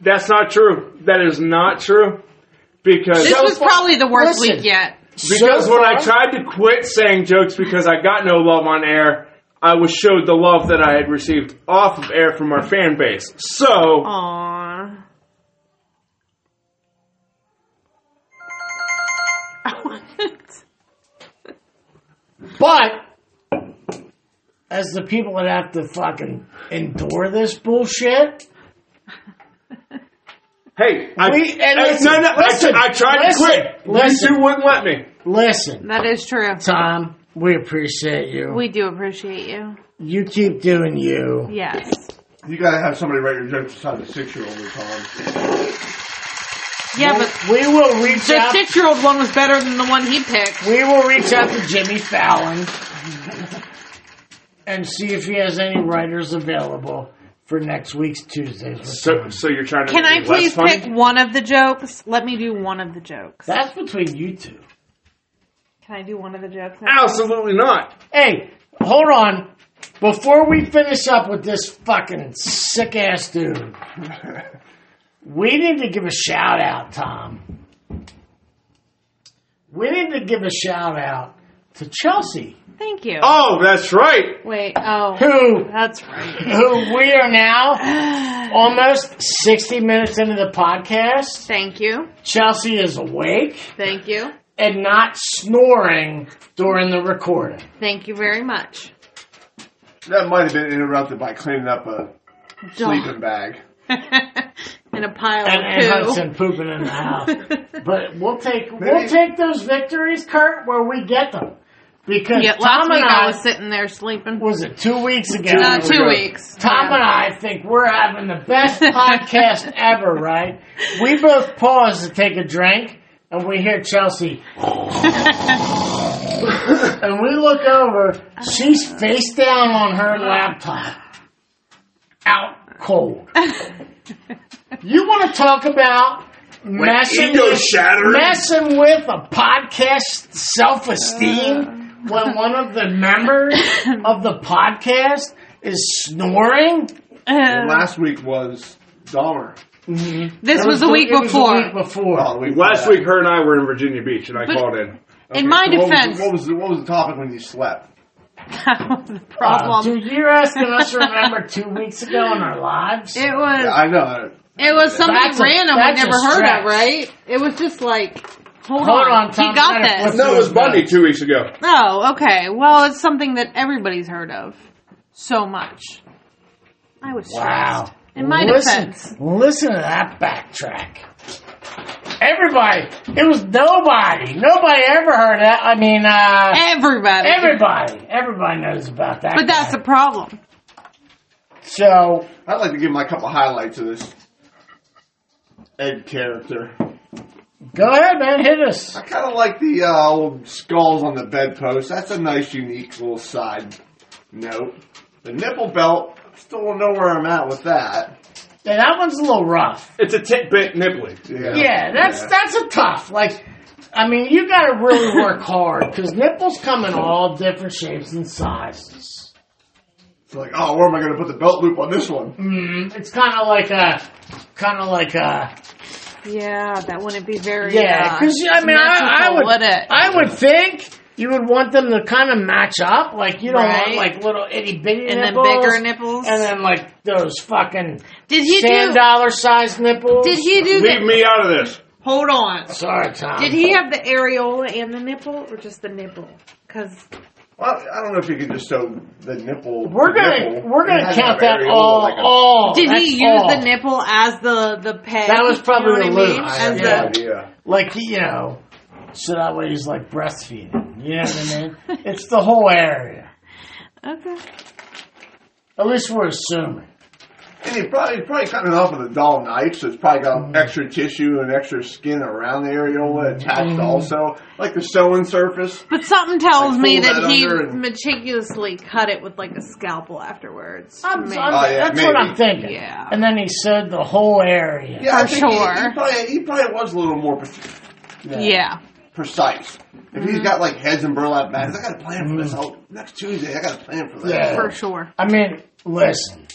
Speaker 2: That's not true. That is not true. Because
Speaker 8: This was
Speaker 3: far-
Speaker 8: probably the worst
Speaker 3: Listen.
Speaker 8: week yet.
Speaker 2: because
Speaker 3: so
Speaker 2: when I
Speaker 3: far-
Speaker 2: tried to quit saying jokes because I got no love on air, I was showed the love that I had received off of air from our fan base. So [LAUGHS]
Speaker 8: Aww.
Speaker 3: But as the people that have to fucking endure this bullshit,
Speaker 2: hey, I,
Speaker 3: We- and
Speaker 2: I-
Speaker 3: listen,
Speaker 2: no, no, I-
Speaker 3: listen,
Speaker 2: I, tried
Speaker 3: listen,
Speaker 2: to quit.
Speaker 3: listen.
Speaker 2: You two wouldn't let me.
Speaker 3: listen,
Speaker 8: [LAUGHS] That is true.
Speaker 3: Tom, we appreciate you.
Speaker 8: We do appreciate you.
Speaker 3: you keep doing you.
Speaker 8: Yes.
Speaker 5: You gotta have somebody write your jokes beside the six year old or Tom.
Speaker 8: Yeah, but
Speaker 3: we will reach
Speaker 8: the
Speaker 3: out.
Speaker 8: six year old one was better than the one he picked.
Speaker 3: We will reach out to Jimmy Fallon and see if he has any writers available for next week's Tuesdays. with
Speaker 2: So,
Speaker 3: Tom.
Speaker 2: so you're trying to
Speaker 8: Can
Speaker 2: make
Speaker 8: I
Speaker 2: it less
Speaker 8: please
Speaker 2: funny?
Speaker 8: pick one of the jokes? Let me do one of the jokes.
Speaker 3: That's between you two.
Speaker 8: Can I do one of the jokes?
Speaker 2: Absolutely not.
Speaker 3: Hey, hold on. Before we finish up with this fucking sick ass dude, we need to give a shout out, Tom. We need to give a shout out to Chelsea,
Speaker 8: Thank you.
Speaker 2: Oh, that's right.
Speaker 8: Wait. Oh,
Speaker 3: who
Speaker 8: that's [SIGHS] right.
Speaker 3: who we are now almost 60 minutes into the podcast.
Speaker 8: Thank you.
Speaker 3: Chelsea is awake
Speaker 8: Thank you.
Speaker 3: and not snoring during the recording.
Speaker 8: Thank you very much.
Speaker 5: That might have been interrupted by cleaning up a
Speaker 8: [LAUGHS]
Speaker 5: sleeping bag.
Speaker 8: and a pile
Speaker 3: And, and
Speaker 8: of poo.
Speaker 3: Hudson pooping in the house. But we'll take we'll take those victories, Kurt, where we get them. Because
Speaker 8: [LAUGHS] Yeah, last
Speaker 3: Tom
Speaker 8: week
Speaker 3: and
Speaker 8: I
Speaker 3: I
Speaker 8: was sitting there sleeping.
Speaker 3: was it two weeks ago?
Speaker 8: No, two weeks.
Speaker 3: Tom
Speaker 8: Yeah.
Speaker 3: and I think we're having the best
Speaker 8: [LAUGHS]
Speaker 3: podcast ever, right? We both pause to take a drink, and we hear
Speaker 8: [LAUGHS]
Speaker 3: Chelsea. and we look over, she's face down on her laptop, out cold. you want to talk about messing
Speaker 2: ego
Speaker 3: with,
Speaker 2: shattering.
Speaker 3: messing with a podcast self
Speaker 8: Uh.
Speaker 3: esteem when one of the
Speaker 8: [LAUGHS]
Speaker 3: members of the podcast is snoring?
Speaker 5: And last week was Dahmer.
Speaker 8: Uh, this
Speaker 3: It
Speaker 8: was the week
Speaker 3: it was the
Speaker 8: before.
Speaker 3: week before.
Speaker 5: Oh, the week
Speaker 2: Last
Speaker 5: before
Speaker 2: week, her and I were in Virginia Beach, and I
Speaker 8: But-
Speaker 2: called in.
Speaker 8: In my
Speaker 5: that. What was-
Speaker 8: defense,
Speaker 5: What was, the, what was the topic when you slept?
Speaker 8: [LAUGHS] that was the
Speaker 3: Uh,
Speaker 8: problem.
Speaker 3: dude, you're asking us to remember two weeks ago in our lives?
Speaker 8: it was.
Speaker 5: Yeah, I know.
Speaker 8: It was something
Speaker 3: That's a-
Speaker 8: random we
Speaker 3: that's a
Speaker 8: never heard
Speaker 3: stretch.
Speaker 8: of, right? It was just like, hold,
Speaker 3: Hold on,
Speaker 8: on,
Speaker 3: Tom,
Speaker 8: he got
Speaker 3: I'm gonna
Speaker 8: this.
Speaker 3: flip-
Speaker 2: No, it was Bundy two weeks ago.
Speaker 8: Oh, okay. Well, it's something that everybody's heard of so much. I was
Speaker 3: Wow.
Speaker 8: stressed. In my
Speaker 3: listen,
Speaker 8: defense,
Speaker 3: listen to that backtrack. Everybody, it was nobody. Nobody ever heard that. I mean, uh,
Speaker 8: everybody.
Speaker 3: everybody, everybody knows about that.
Speaker 8: But that's
Speaker 3: guy.
Speaker 8: the problem.
Speaker 3: so.
Speaker 5: I'd like to give my couple highlights of this Ed character.
Speaker 3: Go ahead, man, hit us.
Speaker 5: I kind of like the uh, old skulls on the bedpost. That's a nice, unique little side note. The nipple belt, still don't know where I'm at with that.
Speaker 3: Yeah, that one's a little rough.
Speaker 2: It's a tit bit nipply.
Speaker 5: Yeah,
Speaker 3: Yeah, that's
Speaker 5: Yeah.
Speaker 3: that's a tough. Like, I mean, you got to really work hard because nipples come in all different shapes and sizes.
Speaker 5: It's like, oh, where am I going to put the belt loop on this one?
Speaker 8: Mm-hmm.
Speaker 3: Mm, it's kind of like a, kind of like a,
Speaker 8: Yeah, that wouldn't be very.
Speaker 3: yeah.
Speaker 8: uh,
Speaker 3: Because I mean, I, I
Speaker 8: symmetrical,
Speaker 3: would,
Speaker 8: would it?
Speaker 3: I would think you would want them to kind of match up. Like you don't want
Speaker 8: Right.
Speaker 3: like little itty bitty
Speaker 8: and then
Speaker 3: nipples,
Speaker 8: bigger nipples.
Speaker 3: and then like those fucking
Speaker 8: did you
Speaker 3: ten
Speaker 8: do?
Speaker 3: dollar size nipples.
Speaker 8: Did he do?
Speaker 2: Leave
Speaker 8: The,
Speaker 2: me out of this.
Speaker 8: hold on.
Speaker 3: Sorry, Tom.
Speaker 8: Did he have the areola and the nipple, or just the nipple? Because
Speaker 5: Well, I don't know if you could just sew the nipple.
Speaker 3: We're gonna
Speaker 5: nipple.
Speaker 3: we're
Speaker 5: It
Speaker 3: gonna
Speaker 5: has to
Speaker 3: count that
Speaker 5: have areola,
Speaker 3: all
Speaker 5: like a-
Speaker 3: all.
Speaker 8: Did
Speaker 3: Oh, That's
Speaker 8: he use
Speaker 3: all.
Speaker 8: the nipple as the the peg?
Speaker 3: That was probably
Speaker 8: you know
Speaker 3: the
Speaker 8: what I mean?
Speaker 3: loop.
Speaker 5: I
Speaker 8: As
Speaker 5: have
Speaker 3: Yeah.
Speaker 8: the,
Speaker 5: no idea.
Speaker 3: Like you know, so that way he's like breastfeeding. You know
Speaker 8: [LAUGHS]
Speaker 3: what I mean? it's the whole area.
Speaker 8: okay.
Speaker 3: At least we're assuming.
Speaker 5: And he probably, he's probably cutting it off with a dull knife, so it's probably got
Speaker 3: Mm.
Speaker 5: extra tissue and extra skin around the areola attached
Speaker 3: Mm.
Speaker 5: also. Like the sewing surface.
Speaker 8: But something tells
Speaker 5: Like,
Speaker 8: me
Speaker 5: fold
Speaker 8: that
Speaker 5: that
Speaker 8: he
Speaker 5: under and-
Speaker 8: meticulously cut it with like a scalpel afterwards.
Speaker 3: I'm,
Speaker 8: Maybe.
Speaker 3: I'm-
Speaker 5: Oh, yeah,
Speaker 3: that's what
Speaker 5: maybe.
Speaker 3: I'm thinking.
Speaker 8: Yeah.
Speaker 3: And then he said the whole area.
Speaker 5: Yeah, I
Speaker 8: For
Speaker 5: think he- He,
Speaker 8: sure.
Speaker 5: probably, he probably was a little more pre-
Speaker 8: yeah.
Speaker 5: precise. If he's got like heads and burlap bags, I got a plan for this. Oh, next Tuesday, I got a plan for that.
Speaker 3: Yeah.
Speaker 8: for sure.
Speaker 3: I mean, listen.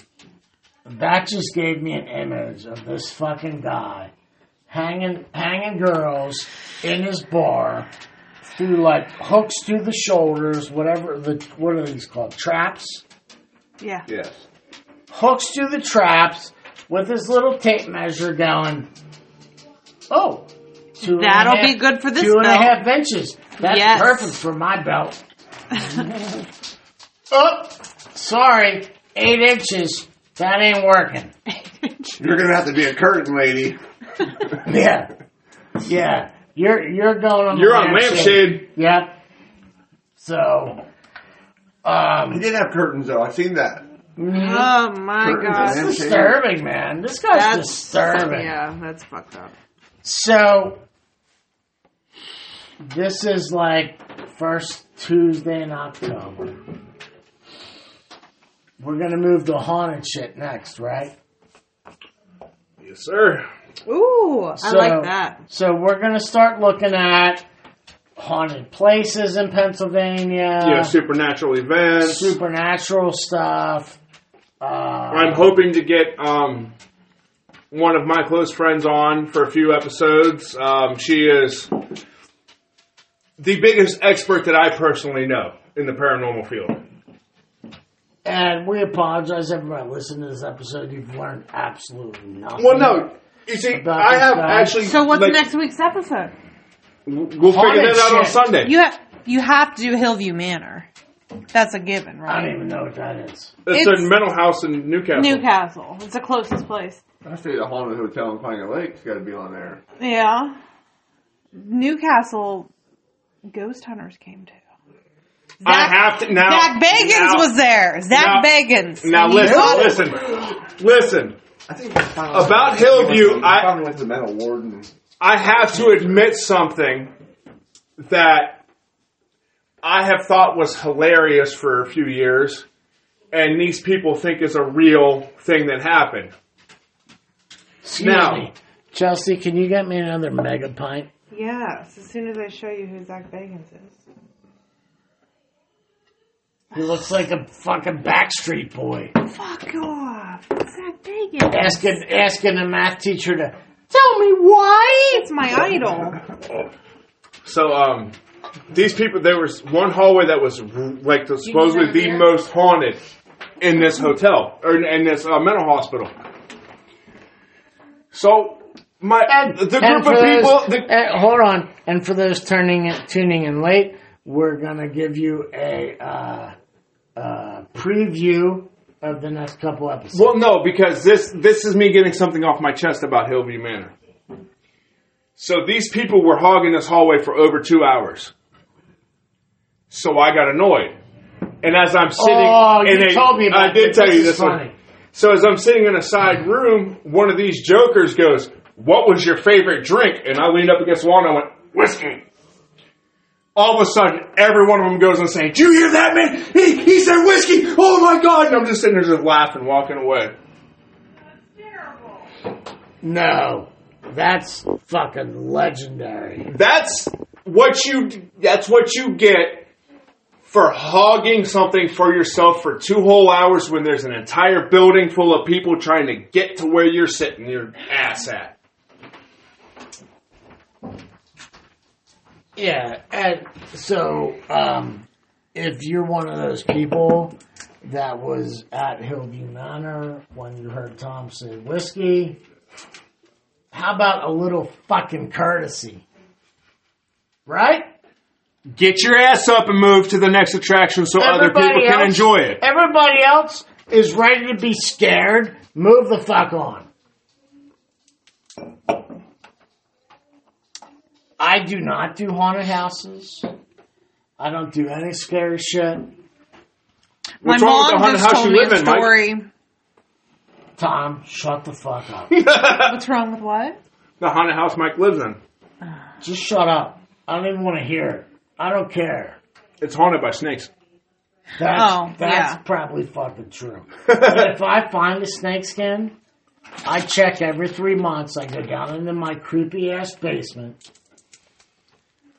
Speaker 3: That just gave me an image of this fucking guy hanging hanging girls in his bar through like hooks through the shoulders, whatever the what are these called? Traps?
Speaker 8: Yeah.
Speaker 5: Yes.
Speaker 3: hooks through the traps with his little tape measure going. Oh, two and a
Speaker 8: That'll
Speaker 3: half-
Speaker 8: be good for this
Speaker 3: Two and a
Speaker 8: belt.
Speaker 3: half inches. That's
Speaker 8: Yes.
Speaker 3: perfect for my
Speaker 8: [LAUGHS]
Speaker 3: belt. oh, sorry, eight inches. That ain't working.
Speaker 5: You're gonna have to be a curtain lady.
Speaker 3: Yeah, yeah. You're you're going on.
Speaker 2: You're
Speaker 3: the
Speaker 2: on lampshade.
Speaker 3: Yep. So,
Speaker 5: He
Speaker 3: um,
Speaker 5: did have curtains though. I've seen that.
Speaker 8: Oh my
Speaker 5: Curtains
Speaker 8: god.
Speaker 5: and-
Speaker 3: disturbing, man. This guy's
Speaker 8: That's
Speaker 3: disturbing.
Speaker 8: Yeah, that's fucked up.
Speaker 3: So this is like first Tuesday in October. We're gonna move to haunted shit next, right?
Speaker 2: Yes, sir.
Speaker 8: Ooh, I like that.
Speaker 3: So we're gonna start looking at haunted places in Pennsylvania,
Speaker 2: yeah, supernatural events.
Speaker 3: supernatural stuff. Uh,
Speaker 2: I'm hoping to get um, one of my close friends on for a few episodes. Um, she is the biggest expert that I personally know in the paranormal field.
Speaker 3: And we apologize, everyone listening to this episode. You've learned absolutely nothing.
Speaker 2: Well, no, you see,
Speaker 3: About
Speaker 2: I
Speaker 3: this
Speaker 2: have
Speaker 3: guy.
Speaker 2: actually.
Speaker 8: So what's
Speaker 2: like,
Speaker 8: next week's episode?
Speaker 2: w- We'll figure
Speaker 3: Haunted
Speaker 2: that out on
Speaker 3: shit.
Speaker 2: Sunday.
Speaker 8: You have you have to do Hillview Manor. That's a given,
Speaker 3: I
Speaker 8: right?
Speaker 3: don't even know what that is.
Speaker 2: it's,
Speaker 8: it's-
Speaker 2: a mental house in Newcastle.
Speaker 8: Newcastle. It's the closest place.
Speaker 5: I stayed at a haunted hotel in Pioneer Lake's got to be on there.
Speaker 8: Yeah. Newcastle ghost hunters came to.
Speaker 2: I have to now.
Speaker 8: Zach Bagans
Speaker 2: now-
Speaker 8: was there. Zach
Speaker 2: now-
Speaker 8: Bagans.
Speaker 2: Now
Speaker 8: And he saw-
Speaker 2: listen, listen, listen.
Speaker 5: I think
Speaker 2: About Hillview, I-
Speaker 5: probably went to the mental ward and
Speaker 2: I have to admit something that I have thought was hilarious for a few years, and these people think is a real thing that happened.
Speaker 3: Excuse
Speaker 2: Now-
Speaker 3: me. Chelsea, can you get me another mega pint?
Speaker 7: Yes, as soon as I show you who Zach Bagans is.
Speaker 3: He looks like a fucking Backstreet Boy.
Speaker 7: Fuck off. Zach Bagans.
Speaker 3: Asking asking a math teacher to tell me why.
Speaker 7: It's my idol.
Speaker 2: So, um, these people, there was one hallway that was r- like the, supposedly the
Speaker 7: there?
Speaker 2: most haunted in this hotel or in, in this uh, mental hospital. So, my the group
Speaker 3: And for
Speaker 2: of people,
Speaker 3: those-
Speaker 2: the,
Speaker 3: eh, hold on. And for those turning tuning in late, we're gonna give you a uh, uh, preview of the next couple episodes.
Speaker 2: Well, no, because this this is me getting something off my chest about Hillview Manor. So these people were hogging this hallway for over two hours. So I got annoyed, and as I'm sitting,
Speaker 3: oh,
Speaker 2: in
Speaker 3: you
Speaker 2: a-
Speaker 3: told me. About
Speaker 2: I did
Speaker 3: this.
Speaker 2: tell you
Speaker 3: is
Speaker 2: this
Speaker 3: funny.
Speaker 2: one. So as I'm sitting in a side room, one of these jokers goes, "What was your favorite drink?" And I leaned up against the wall and I went, "Whiskey." All of a sudden, every one of them goes and saying, "Do you hear that, man? He, he said whiskey! Oh my god!" And I'm just sitting there, just laughing, walking away.
Speaker 3: No, that's fucking legendary.
Speaker 2: That's what you. That's what you get for hogging something for yourself for two whole hours when there's an entire building full of people trying to get to where you're sitting your ass at.
Speaker 3: Yeah, and so um, if you're one of those people that was at Hillview Manor when you heard Tom say whiskey, how about a little fucking courtesy? Right?
Speaker 2: Get your ass up and move to the next attraction so other people can enjoy it.
Speaker 3: Everybody else is ready to be scared. Move the fuck on. I do not do haunted houses. I don't do any scary shit.
Speaker 8: my
Speaker 2: What's wrong with the
Speaker 8: mom
Speaker 2: haunted
Speaker 8: just
Speaker 2: house
Speaker 8: told
Speaker 2: you
Speaker 8: me a
Speaker 2: live in, Mike?
Speaker 8: story.
Speaker 3: Tom, shut the fuck [LAUGHS] up.
Speaker 2: Uh,
Speaker 8: What's wrong with what?
Speaker 2: The haunted house Mike lives in.
Speaker 3: Just shut up. I don't even want to hear it. I don't care.
Speaker 2: It's haunted by snakes.
Speaker 3: That's,
Speaker 8: Oh,
Speaker 3: that's
Speaker 8: yeah.
Speaker 3: probably fucking true. but if I find a snake skin, I check every three months. I go down into my creepy ass basement.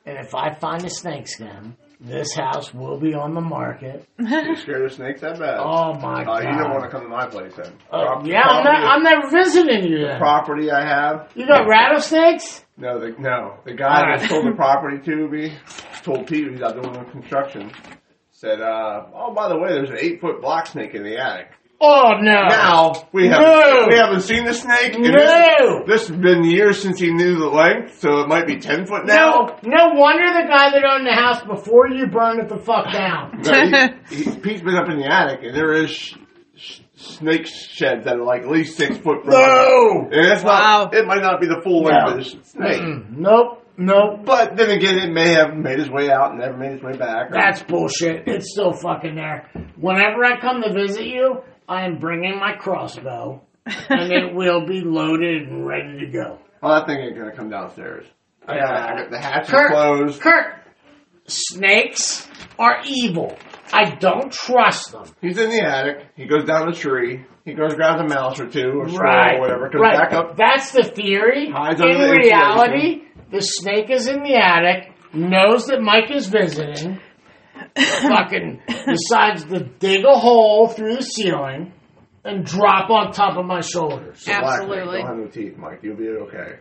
Speaker 3: And if I find a snake skin, this house will be on the market.
Speaker 5: you scared of snakes that bad.
Speaker 3: Oh my
Speaker 5: Uh,
Speaker 3: god.
Speaker 5: you don't want to come to my place then.
Speaker 3: Oh,
Speaker 5: Prop-
Speaker 3: yeah, I'm, not,
Speaker 5: property-
Speaker 3: I'm never visiting you then.
Speaker 5: property I have.
Speaker 3: You got rattlesnakes?
Speaker 5: No, the, no. The guy that
Speaker 3: [LAUGHS]
Speaker 5: sold the property to me told Pete he's out doing the construction. Said, uh, oh, by the way, there's an eight foot block snake in the attic.
Speaker 3: Oh no.
Speaker 5: Now we haven't
Speaker 3: No.
Speaker 5: we haven't seen the snake. and
Speaker 3: No.
Speaker 5: This, this has been years since he knew the length, so it might be ten foot now.
Speaker 3: No, no wonder the guy that owned the house before you burned it the fuck down.
Speaker 5: No,
Speaker 3: [LAUGHS]
Speaker 5: he, he, Pete's been up in the attic, and there is sh- sh- snake sheds that are like at least six foot. broad.
Speaker 3: No.
Speaker 5: and it's
Speaker 8: Wow.
Speaker 5: not. It might not be the full length of the sh- snake.
Speaker 3: Mm, Nope, nope.
Speaker 5: But then again, it may have made its way out and never made its way back.
Speaker 3: That's bullshit. It's still fucking there. Whenever I come to visit you, I am bringing my crossbow, and it will be loaded and ready to go.
Speaker 5: well, that thing ain't gonna come downstairs.
Speaker 3: Oh,
Speaker 5: I got, I got the hatch
Speaker 3: Kurt,
Speaker 5: closed.
Speaker 3: Kurt, snakes are evil. I don't trust them.
Speaker 5: He's in the attic. He goes down a tree. He goes grabs a mouse or two or squirrel
Speaker 3: Right.
Speaker 5: or whatever. Comes
Speaker 3: right.
Speaker 5: back up.
Speaker 3: That's the theory.
Speaker 5: Hides under
Speaker 3: in
Speaker 5: the
Speaker 3: reality, the snake is in the attic, knows that Mike is visiting, fucking decides to dig a hole through the ceiling and drop on top of my shoulders.
Speaker 5: Black snake.
Speaker 8: Absolutely.
Speaker 5: Don't have no teeth, Mike. You'll be okay.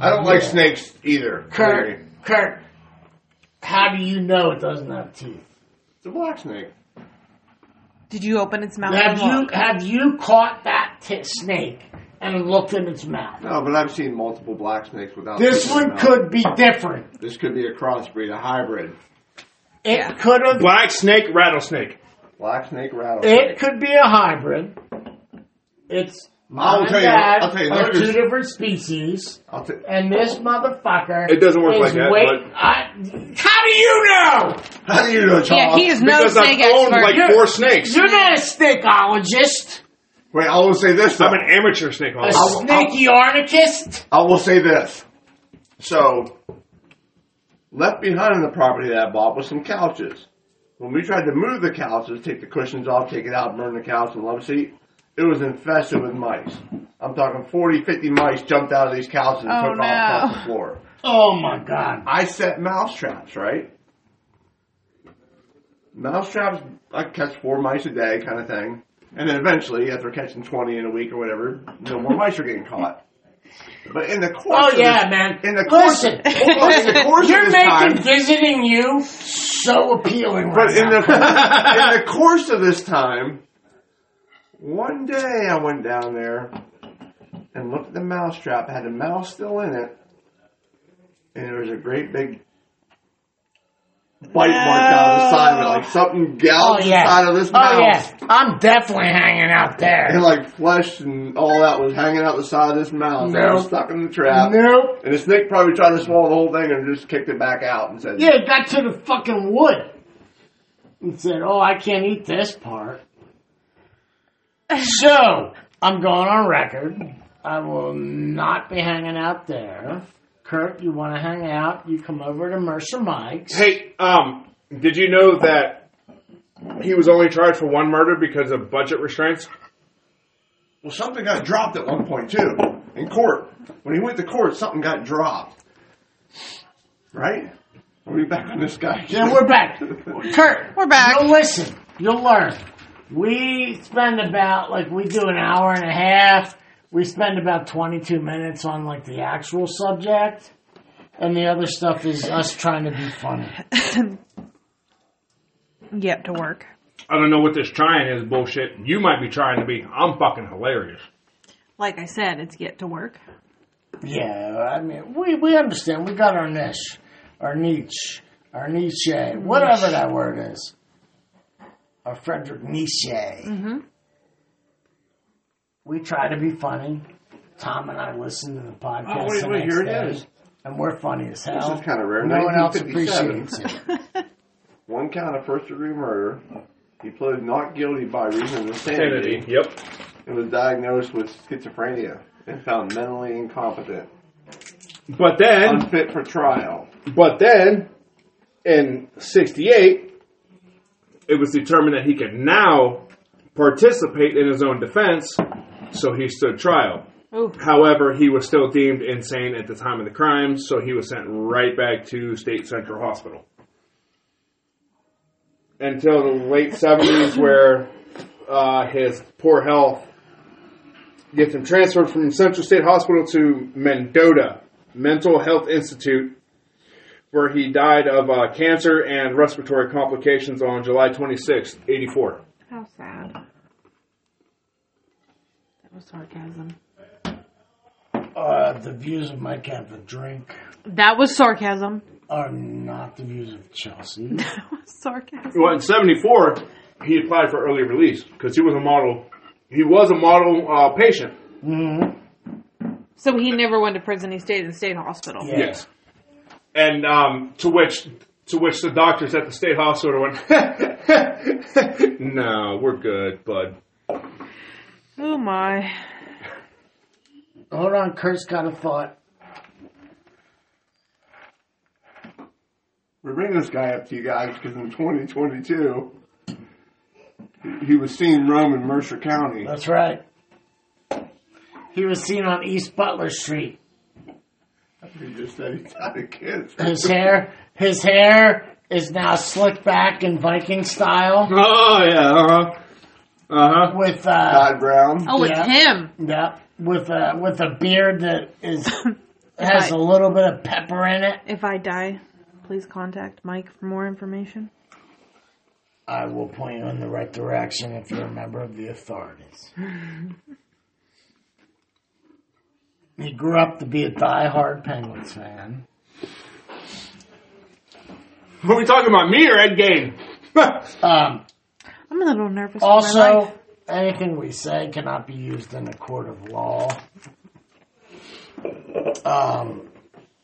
Speaker 5: I don't like snakes either.
Speaker 3: Kurt, Kurt, How do you know it doesn't have teeth?
Speaker 5: It's a black snake.
Speaker 8: Did you open its mouth?
Speaker 3: Have
Speaker 8: and
Speaker 3: you
Speaker 8: look?
Speaker 3: have you caught that t- snake and looked in its mouth?
Speaker 5: No, but I've seen multiple black snakes without.
Speaker 3: This
Speaker 5: teeth in
Speaker 3: one
Speaker 5: them.
Speaker 3: could be different.
Speaker 5: This could be a crossbreed, a hybrid.
Speaker 3: It could have.
Speaker 2: Black snake, rattlesnake.
Speaker 5: Black snake rattlesnake.
Speaker 3: It could be a hybrid. It's
Speaker 5: I'll
Speaker 3: mom
Speaker 5: tell
Speaker 3: and
Speaker 5: you-
Speaker 3: dad
Speaker 5: I'll tell you,
Speaker 3: are
Speaker 5: there's-
Speaker 3: two different species,
Speaker 5: I'll t-
Speaker 3: and this motherfucker.
Speaker 2: It doesn't work
Speaker 3: is
Speaker 2: like that,
Speaker 3: Wait,
Speaker 2: but-
Speaker 3: I, how do you know?
Speaker 5: How do you know,
Speaker 8: Yeah,
Speaker 5: Charles?
Speaker 8: he is no
Speaker 2: Because
Speaker 8: snake
Speaker 2: I've owned
Speaker 8: expert.
Speaker 2: like four snakes.
Speaker 3: You're not a snakeologist,
Speaker 5: Wait, I will say this. Though.
Speaker 2: I'm an amateur snake
Speaker 3: a
Speaker 2: hunter.
Speaker 3: snakeyornicist.
Speaker 5: I will say this. So, left behind on the property that I bought was some couches. When we tried to move the couches, take the cushions off, take it out, burn the couch and love seat, it was infested with mice. I'm talking 40, 50 mice jumped out of these couches and
Speaker 8: Oh,
Speaker 5: took off across
Speaker 8: no.
Speaker 5: the floor.
Speaker 3: Oh my god!
Speaker 5: I set mouse traps, right? Mouse traps, I catch four mice a day kind of thing. And then eventually, after catching 20 in a week or whatever, no more mice are getting caught. But in the course
Speaker 3: Oh
Speaker 5: of
Speaker 3: yeah,
Speaker 5: this-
Speaker 3: man.
Speaker 5: in the course,
Speaker 3: Listen, [LAUGHS]
Speaker 5: in the course
Speaker 3: You're
Speaker 5: of this
Speaker 3: making
Speaker 5: time,
Speaker 3: visiting you so appealing right
Speaker 5: but in
Speaker 3: [LAUGHS] now.
Speaker 5: the, in the course of this time, one day I went down there and looked at the mouse trap. Had the mouse still in it, and there was a great big bite mark down the side of it, like something
Speaker 3: oh
Speaker 5: gouged
Speaker 3: yeah.
Speaker 5: the side of this mouse,
Speaker 3: oh yeah. I'm definitely hanging out
Speaker 5: and
Speaker 3: there.
Speaker 5: like flesh and all that was hanging out the side of this mouse. and it was
Speaker 3: Nope.
Speaker 5: stuck in the trap.
Speaker 3: Nope.
Speaker 5: And the snake probably tried to swallow the whole thing and just kicked it back out and said,
Speaker 3: Yeah, it got to the fucking wood. And said, Oh, I can't eat this part. So, I'm going on record. I will not be hanging out there. Kurt, you want to hang out? You come over to Mercer Mike's.
Speaker 2: Hey, um, did you know that he was only charged for one murder because of budget restraints?
Speaker 5: Well, something got dropped at one point too in court. When he went to court, something got dropped. Right? Are we back on this guy?
Speaker 3: Yeah, we're back. Kurt,
Speaker 8: We're back.
Speaker 3: You'll listen. You'll learn. We spend about like we do an hour and a half. We spend about twenty-two minutes on like the actual subject, and the other stuff is us trying to be funny.
Speaker 8: Yep, to work.
Speaker 2: I don't know what this trying is bullshit. You might be trying to be. I'm fucking hilarious.
Speaker 8: Like I said, it's yet to work.
Speaker 3: Yeah, I mean, we we understand. We got our niche, our niche, our niche, whatever that word is. Our Frederick Nietzsche.
Speaker 5: Mm-hmm.
Speaker 3: We try to be funny. Tom and I listen to the podcast.
Speaker 5: Oh, wait,
Speaker 3: the
Speaker 5: wait,
Speaker 3: next
Speaker 5: here it
Speaker 3: day,
Speaker 5: is.
Speaker 3: And we're funny as hell.
Speaker 5: This is kinda rare,
Speaker 3: No one else
Speaker 5: 1957.
Speaker 3: appreciates
Speaker 5: [LAUGHS]
Speaker 3: it.
Speaker 5: [LAUGHS] One count of first degree murder. He pleaded not guilty by reason of insanity
Speaker 2: Kennedy. Yep.
Speaker 5: and was diagnosed with schizophrenia and found mentally incompetent,
Speaker 2: But then,
Speaker 5: unfit for trial.
Speaker 2: but then, in '68, it was determined that he could now participate in his own defense, so he stood trial.
Speaker 8: Ooh.
Speaker 2: However, he was still deemed insane at the time of the crime, so he was sent right back to State Central Hospital. Until the late 70s, where uh, his poor health gets him transferred from Central State Hospital to Mendota Mental Health Institute, where he died of uh, cancer and respiratory complications on July 26, 84.
Speaker 7: How sad. That was sarcasm.
Speaker 3: Uh, the views of Mike have a drink
Speaker 8: That was sarcasm.
Speaker 3: are not the views of
Speaker 5: [LAUGHS]
Speaker 3: Chelsea.
Speaker 8: That was sarcasm.
Speaker 2: Well, in '74, he applied for early release because he was a model. He was a model uh, patient.
Speaker 8: So he never went to prison. He stayed in state hospital.
Speaker 3: Yeah.
Speaker 2: Yes. And um, to which to which the doctors at the state hospital went, [LAUGHS] "No, we're good, bud."
Speaker 8: Oh my.
Speaker 3: Hold on, Kurt's got a thought.
Speaker 5: We bring this guy up to you guys because in 2022, he- he was seen roaming Mercer County.
Speaker 3: That's right. He was seen on East Butler Street.
Speaker 5: He just said he died of cancer.
Speaker 3: His hair, his hair is now slicked back in Viking style
Speaker 2: Oh yeah. Uh huh. Uh huh.
Speaker 3: with uh,
Speaker 5: Todd Brown.
Speaker 8: Oh,
Speaker 3: Yeah.
Speaker 8: it's him.
Speaker 3: yeah, with a with a beard that is has a little bit of pepper in it.
Speaker 8: If I die,
Speaker 7: please contact Mike for more information?
Speaker 3: I will point you in the right direction if you're a member of the authorities. he grew up to be a die-hard Penguins fan.
Speaker 2: Are we talking about me or Ed Gain? [LAUGHS]
Speaker 3: Um,
Speaker 7: I'm a little nervous. for my life.
Speaker 3: also, anything we say cannot be used in a court of law. Um,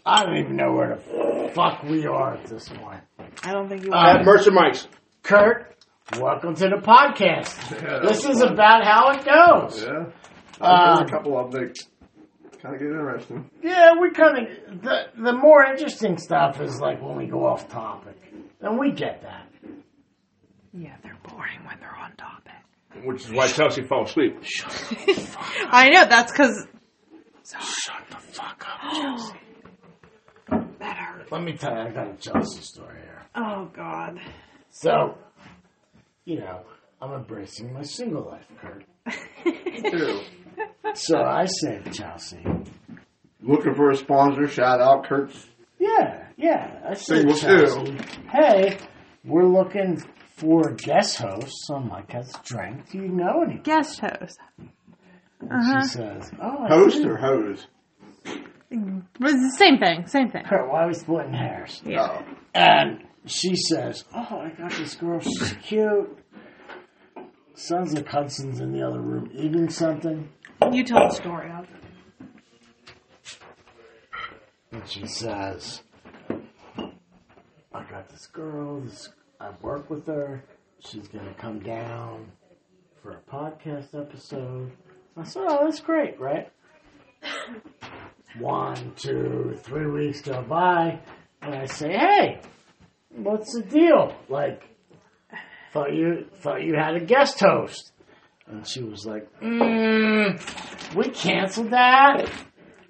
Speaker 3: I don't even know where the fuck we are at this point.
Speaker 7: I don't think you
Speaker 3: uh,
Speaker 2: At
Speaker 7: will.
Speaker 2: Mercer Mike's.
Speaker 3: Kurt, welcome to the podcast. This is about how it goes.
Speaker 5: Yeah. Uh,
Speaker 3: Um,
Speaker 5: There's a couple of them that kind of get interesting.
Speaker 3: Yeah, we kind of the the more interesting stuff is like when we go off topic, and we get that.
Speaker 7: Yeah, they're boring when they're on topic.
Speaker 2: Which is why Chelsea fell asleep.
Speaker 8: I know that's because
Speaker 2: Shut the fuck up, Chelsea.
Speaker 3: Let me tell you, I got a Chelsea story here.
Speaker 7: Oh God.
Speaker 3: So, you know, I'm embracing my single life, Kurt.
Speaker 5: Too.
Speaker 3: So I said, Chelsea.
Speaker 5: Looking for a sponsor, shout out Kurt's.
Speaker 3: Yeah, yeah. I said,
Speaker 5: Single
Speaker 3: Chelsea. Hey, we're looking for guest hosts on my cat's drink. Do you know any?
Speaker 8: guest host
Speaker 3: And She says, Oh, I
Speaker 5: Host
Speaker 3: do.
Speaker 5: or hose?
Speaker 8: was the same thing. Same thing.
Speaker 3: Kurt, why are we splitting hairs?
Speaker 5: Uh,
Speaker 8: Yeah.
Speaker 3: And she says, Oh, I got this girl. She's cute. Sounds like Hudson's in the other room eating something.
Speaker 8: You tell the story of. it.
Speaker 3: And she says, I got this girl. This, I work with her. She's going to come down for a podcast episode. I said, Oh, that's great, right? One, two, three weeks go by. And I say, Hey, what's the deal? Like, thought you thought you had a guest host. And she was like, mm, we canceled that.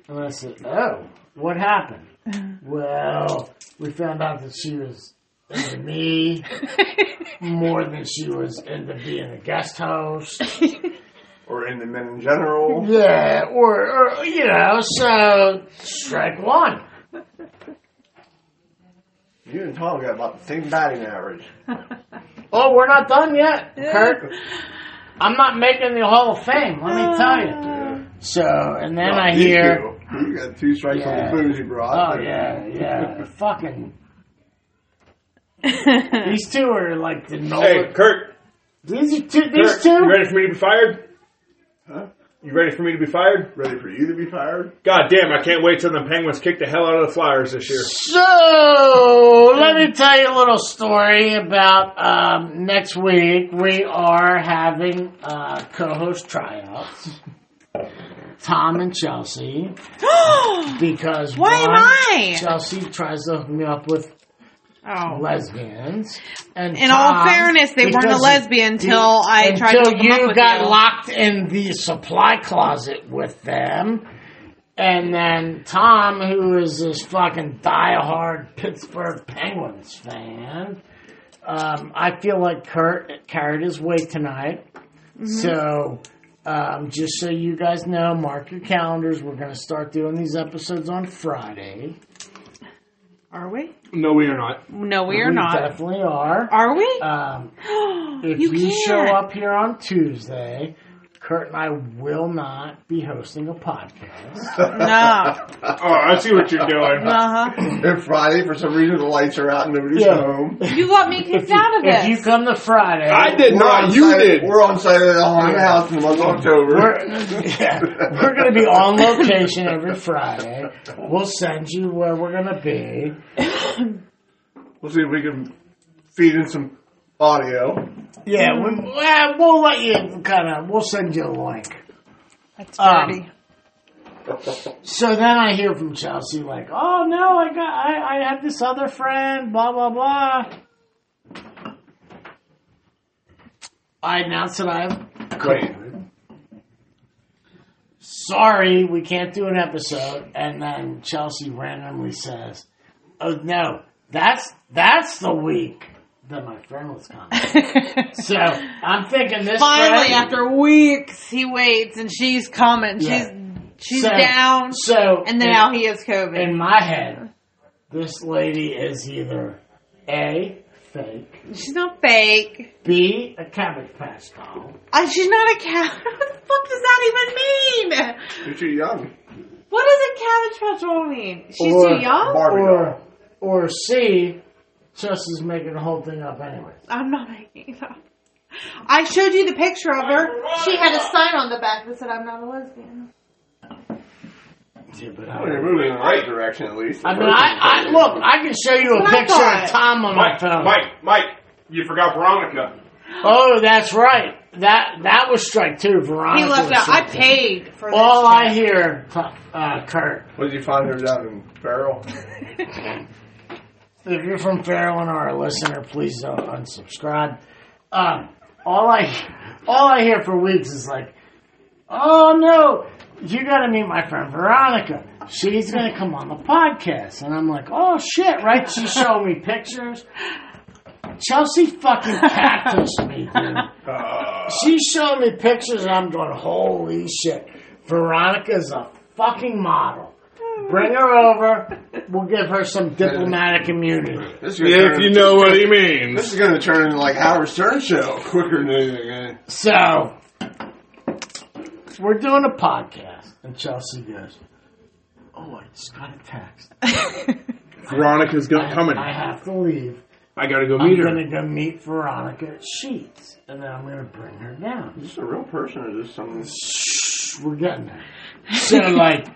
Speaker 3: And I said, oh, what happened? well, we found out that she was into me more than she was into being a guest host.
Speaker 5: Or in the men in general?
Speaker 3: Yeah, or, or you know, so strike one.
Speaker 5: You and Tom got about the same batting average.
Speaker 3: Oh, we're not done yet, Kurt. I'm not making the Hall of Fame. Let me tell you. So, and then I
Speaker 5: You
Speaker 3: hear.
Speaker 5: two. You got two strikes
Speaker 3: Yeah.
Speaker 5: on the booze you brought.
Speaker 3: Oh yeah,
Speaker 2: [LAUGHS]
Speaker 3: yeah. Fucking
Speaker 8: [LAUGHS]
Speaker 3: these two are like the no.
Speaker 2: Hey, Kurt.
Speaker 3: These are two.
Speaker 2: Kurt,
Speaker 3: These two.
Speaker 2: You ready for me to be fired?
Speaker 5: Huh?
Speaker 2: You ready for me to be fired?
Speaker 5: Ready for you to be fired?
Speaker 2: God damn, I can't wait till the Penguins kick the hell out of the Flyers this year.
Speaker 3: So let me tell you a little story about um, next week. We are having uh, co-host tryouts. Tom and Chelsea, because
Speaker 8: Why am
Speaker 3: one,
Speaker 8: I?
Speaker 3: Chelsea tries to hook me up with
Speaker 8: Oh.
Speaker 3: lesbians. And
Speaker 8: In all
Speaker 3: Tom,
Speaker 8: fairness, they weren't a
Speaker 3: because-
Speaker 8: lesbian till I tried to
Speaker 3: until
Speaker 8: hook 'em
Speaker 3: you
Speaker 8: up with
Speaker 3: got
Speaker 8: you.
Speaker 3: locked in the supply closet with them. And then Tom, who is this fucking diehard Pittsburgh Penguins fan, um, I feel like Kurt carried his weight tonight.
Speaker 8: Mm-hmm.
Speaker 3: So, um, just so you guys know, mark your calendars. We're going to start doing these episodes on Friday.
Speaker 8: Are we?
Speaker 2: No, we are not.
Speaker 8: No, we are
Speaker 3: we
Speaker 8: not.
Speaker 3: definitely are.
Speaker 8: Are we? [GASPS]
Speaker 3: Um, [GASPS] if
Speaker 8: you
Speaker 3: you, show
Speaker 8: can't.
Speaker 3: up here on Tuesday, Kurt and I will not be hosting a podcast.
Speaker 5: [LAUGHS]
Speaker 8: No.
Speaker 2: Oh, I see what you're doing.
Speaker 8: Uh huh.
Speaker 5: And Friday, for some reason, the lights are out and nobody's
Speaker 3: Yeah. [LAUGHS]
Speaker 5: home.
Speaker 8: You got me kicked out of
Speaker 3: if you
Speaker 8: this.
Speaker 3: come to Friday,
Speaker 2: I did
Speaker 5: We're on
Speaker 2: not. You
Speaker 5: site-
Speaker 2: did.
Speaker 5: We're on site at the haunted house in the month of October.
Speaker 3: we're, yeah, we're going to be on location every Friday. We'll send you where we're going to be.
Speaker 5: We'll see if we can feed in some audio.
Speaker 3: Yeah, we, well, we'll let you kind of. We'll send you a link.
Speaker 8: That's
Speaker 3: um,
Speaker 8: dirty.
Speaker 3: So then I hear from Chelsea like, "Oh no, I got, I, I have this other friend, blah blah blah." I announce that I have COVID. Sorry, we can't do an episode. And then Chelsea randomly says, "Oh no, that's that's the week that my friend was
Speaker 8: [LAUGHS]
Speaker 3: coming." so I'm thinking this
Speaker 8: Finally,
Speaker 3: friend-
Speaker 8: after weeks, he waits and she's coming.
Speaker 3: Yeah.
Speaker 8: She's she's
Speaker 3: So-
Speaker 8: down.
Speaker 3: So
Speaker 8: And then
Speaker 3: it-
Speaker 8: now he has COVID.
Speaker 3: in my head, This lady is either A, fake,
Speaker 8: She's not fake.
Speaker 3: B, a cabbage patch doll.
Speaker 8: Uh, she's not a cat. [LAUGHS] what the fuck does that even mean?
Speaker 5: You're too young.
Speaker 8: What does a cabbage patch doll mean? She's
Speaker 3: Or
Speaker 8: too young?
Speaker 5: Barbie doll.
Speaker 3: Or, or C, Jess is making the whole thing up anyway.
Speaker 8: I'm not making it up. I showed you the picture of her. She had a sign on the back that said, I'm not a lesbian.
Speaker 3: Yeah, but
Speaker 5: Well,
Speaker 3: I,
Speaker 5: you're moving in the right direction at least.
Speaker 3: I mean, I, I look. I can show you a
Speaker 8: That's what I
Speaker 3: picture of
Speaker 8: thought.
Speaker 3: Tom on my
Speaker 2: Mike,
Speaker 3: phone.
Speaker 2: Mike, Mike, you forgot Veronica.
Speaker 3: Oh, that's right. That that was strike two. Veronica.
Speaker 8: He left
Speaker 3: was
Speaker 8: out. I
Speaker 3: strike two.
Speaker 8: paid for this.
Speaker 3: All I
Speaker 8: shit.
Speaker 3: hear, uh, Kurt.
Speaker 5: What did you find her down in Farrell?
Speaker 3: If you're from Fairland or a listener, please don't unsubscribe. Um, all I all I hear for weeks is like, "Oh no, you got to meet my friend Veronica. She's going to come on the podcast." And I'm like, "Oh shit!" Right? She's showing me pictures. Chelsea fucking catfished me, dude.
Speaker 2: Uh,
Speaker 3: She showed me pictures, and I'm going, "Holy shit!" Veronica's a fucking model. Bring her over. We'll give her some diplomatic immunity.
Speaker 5: This is gonna
Speaker 2: If
Speaker 5: turn-
Speaker 2: you know what he
Speaker 5: This
Speaker 2: means.
Speaker 5: is going to turn into like Howard Stern show quicker than anything. eh?
Speaker 3: So we're doing a podcast, and Chelsea goes, "Oh, I just got a text.
Speaker 2: Veronica's go- coming.
Speaker 3: I have to leave.
Speaker 2: I gotta go
Speaker 3: I'm
Speaker 2: meet
Speaker 3: going
Speaker 2: her.
Speaker 3: to go meet Veronica at Sheets, and then I'm going to bring her down.
Speaker 5: Is this a real person or just some?
Speaker 3: Shh, we're getting [LAUGHS] there." So like,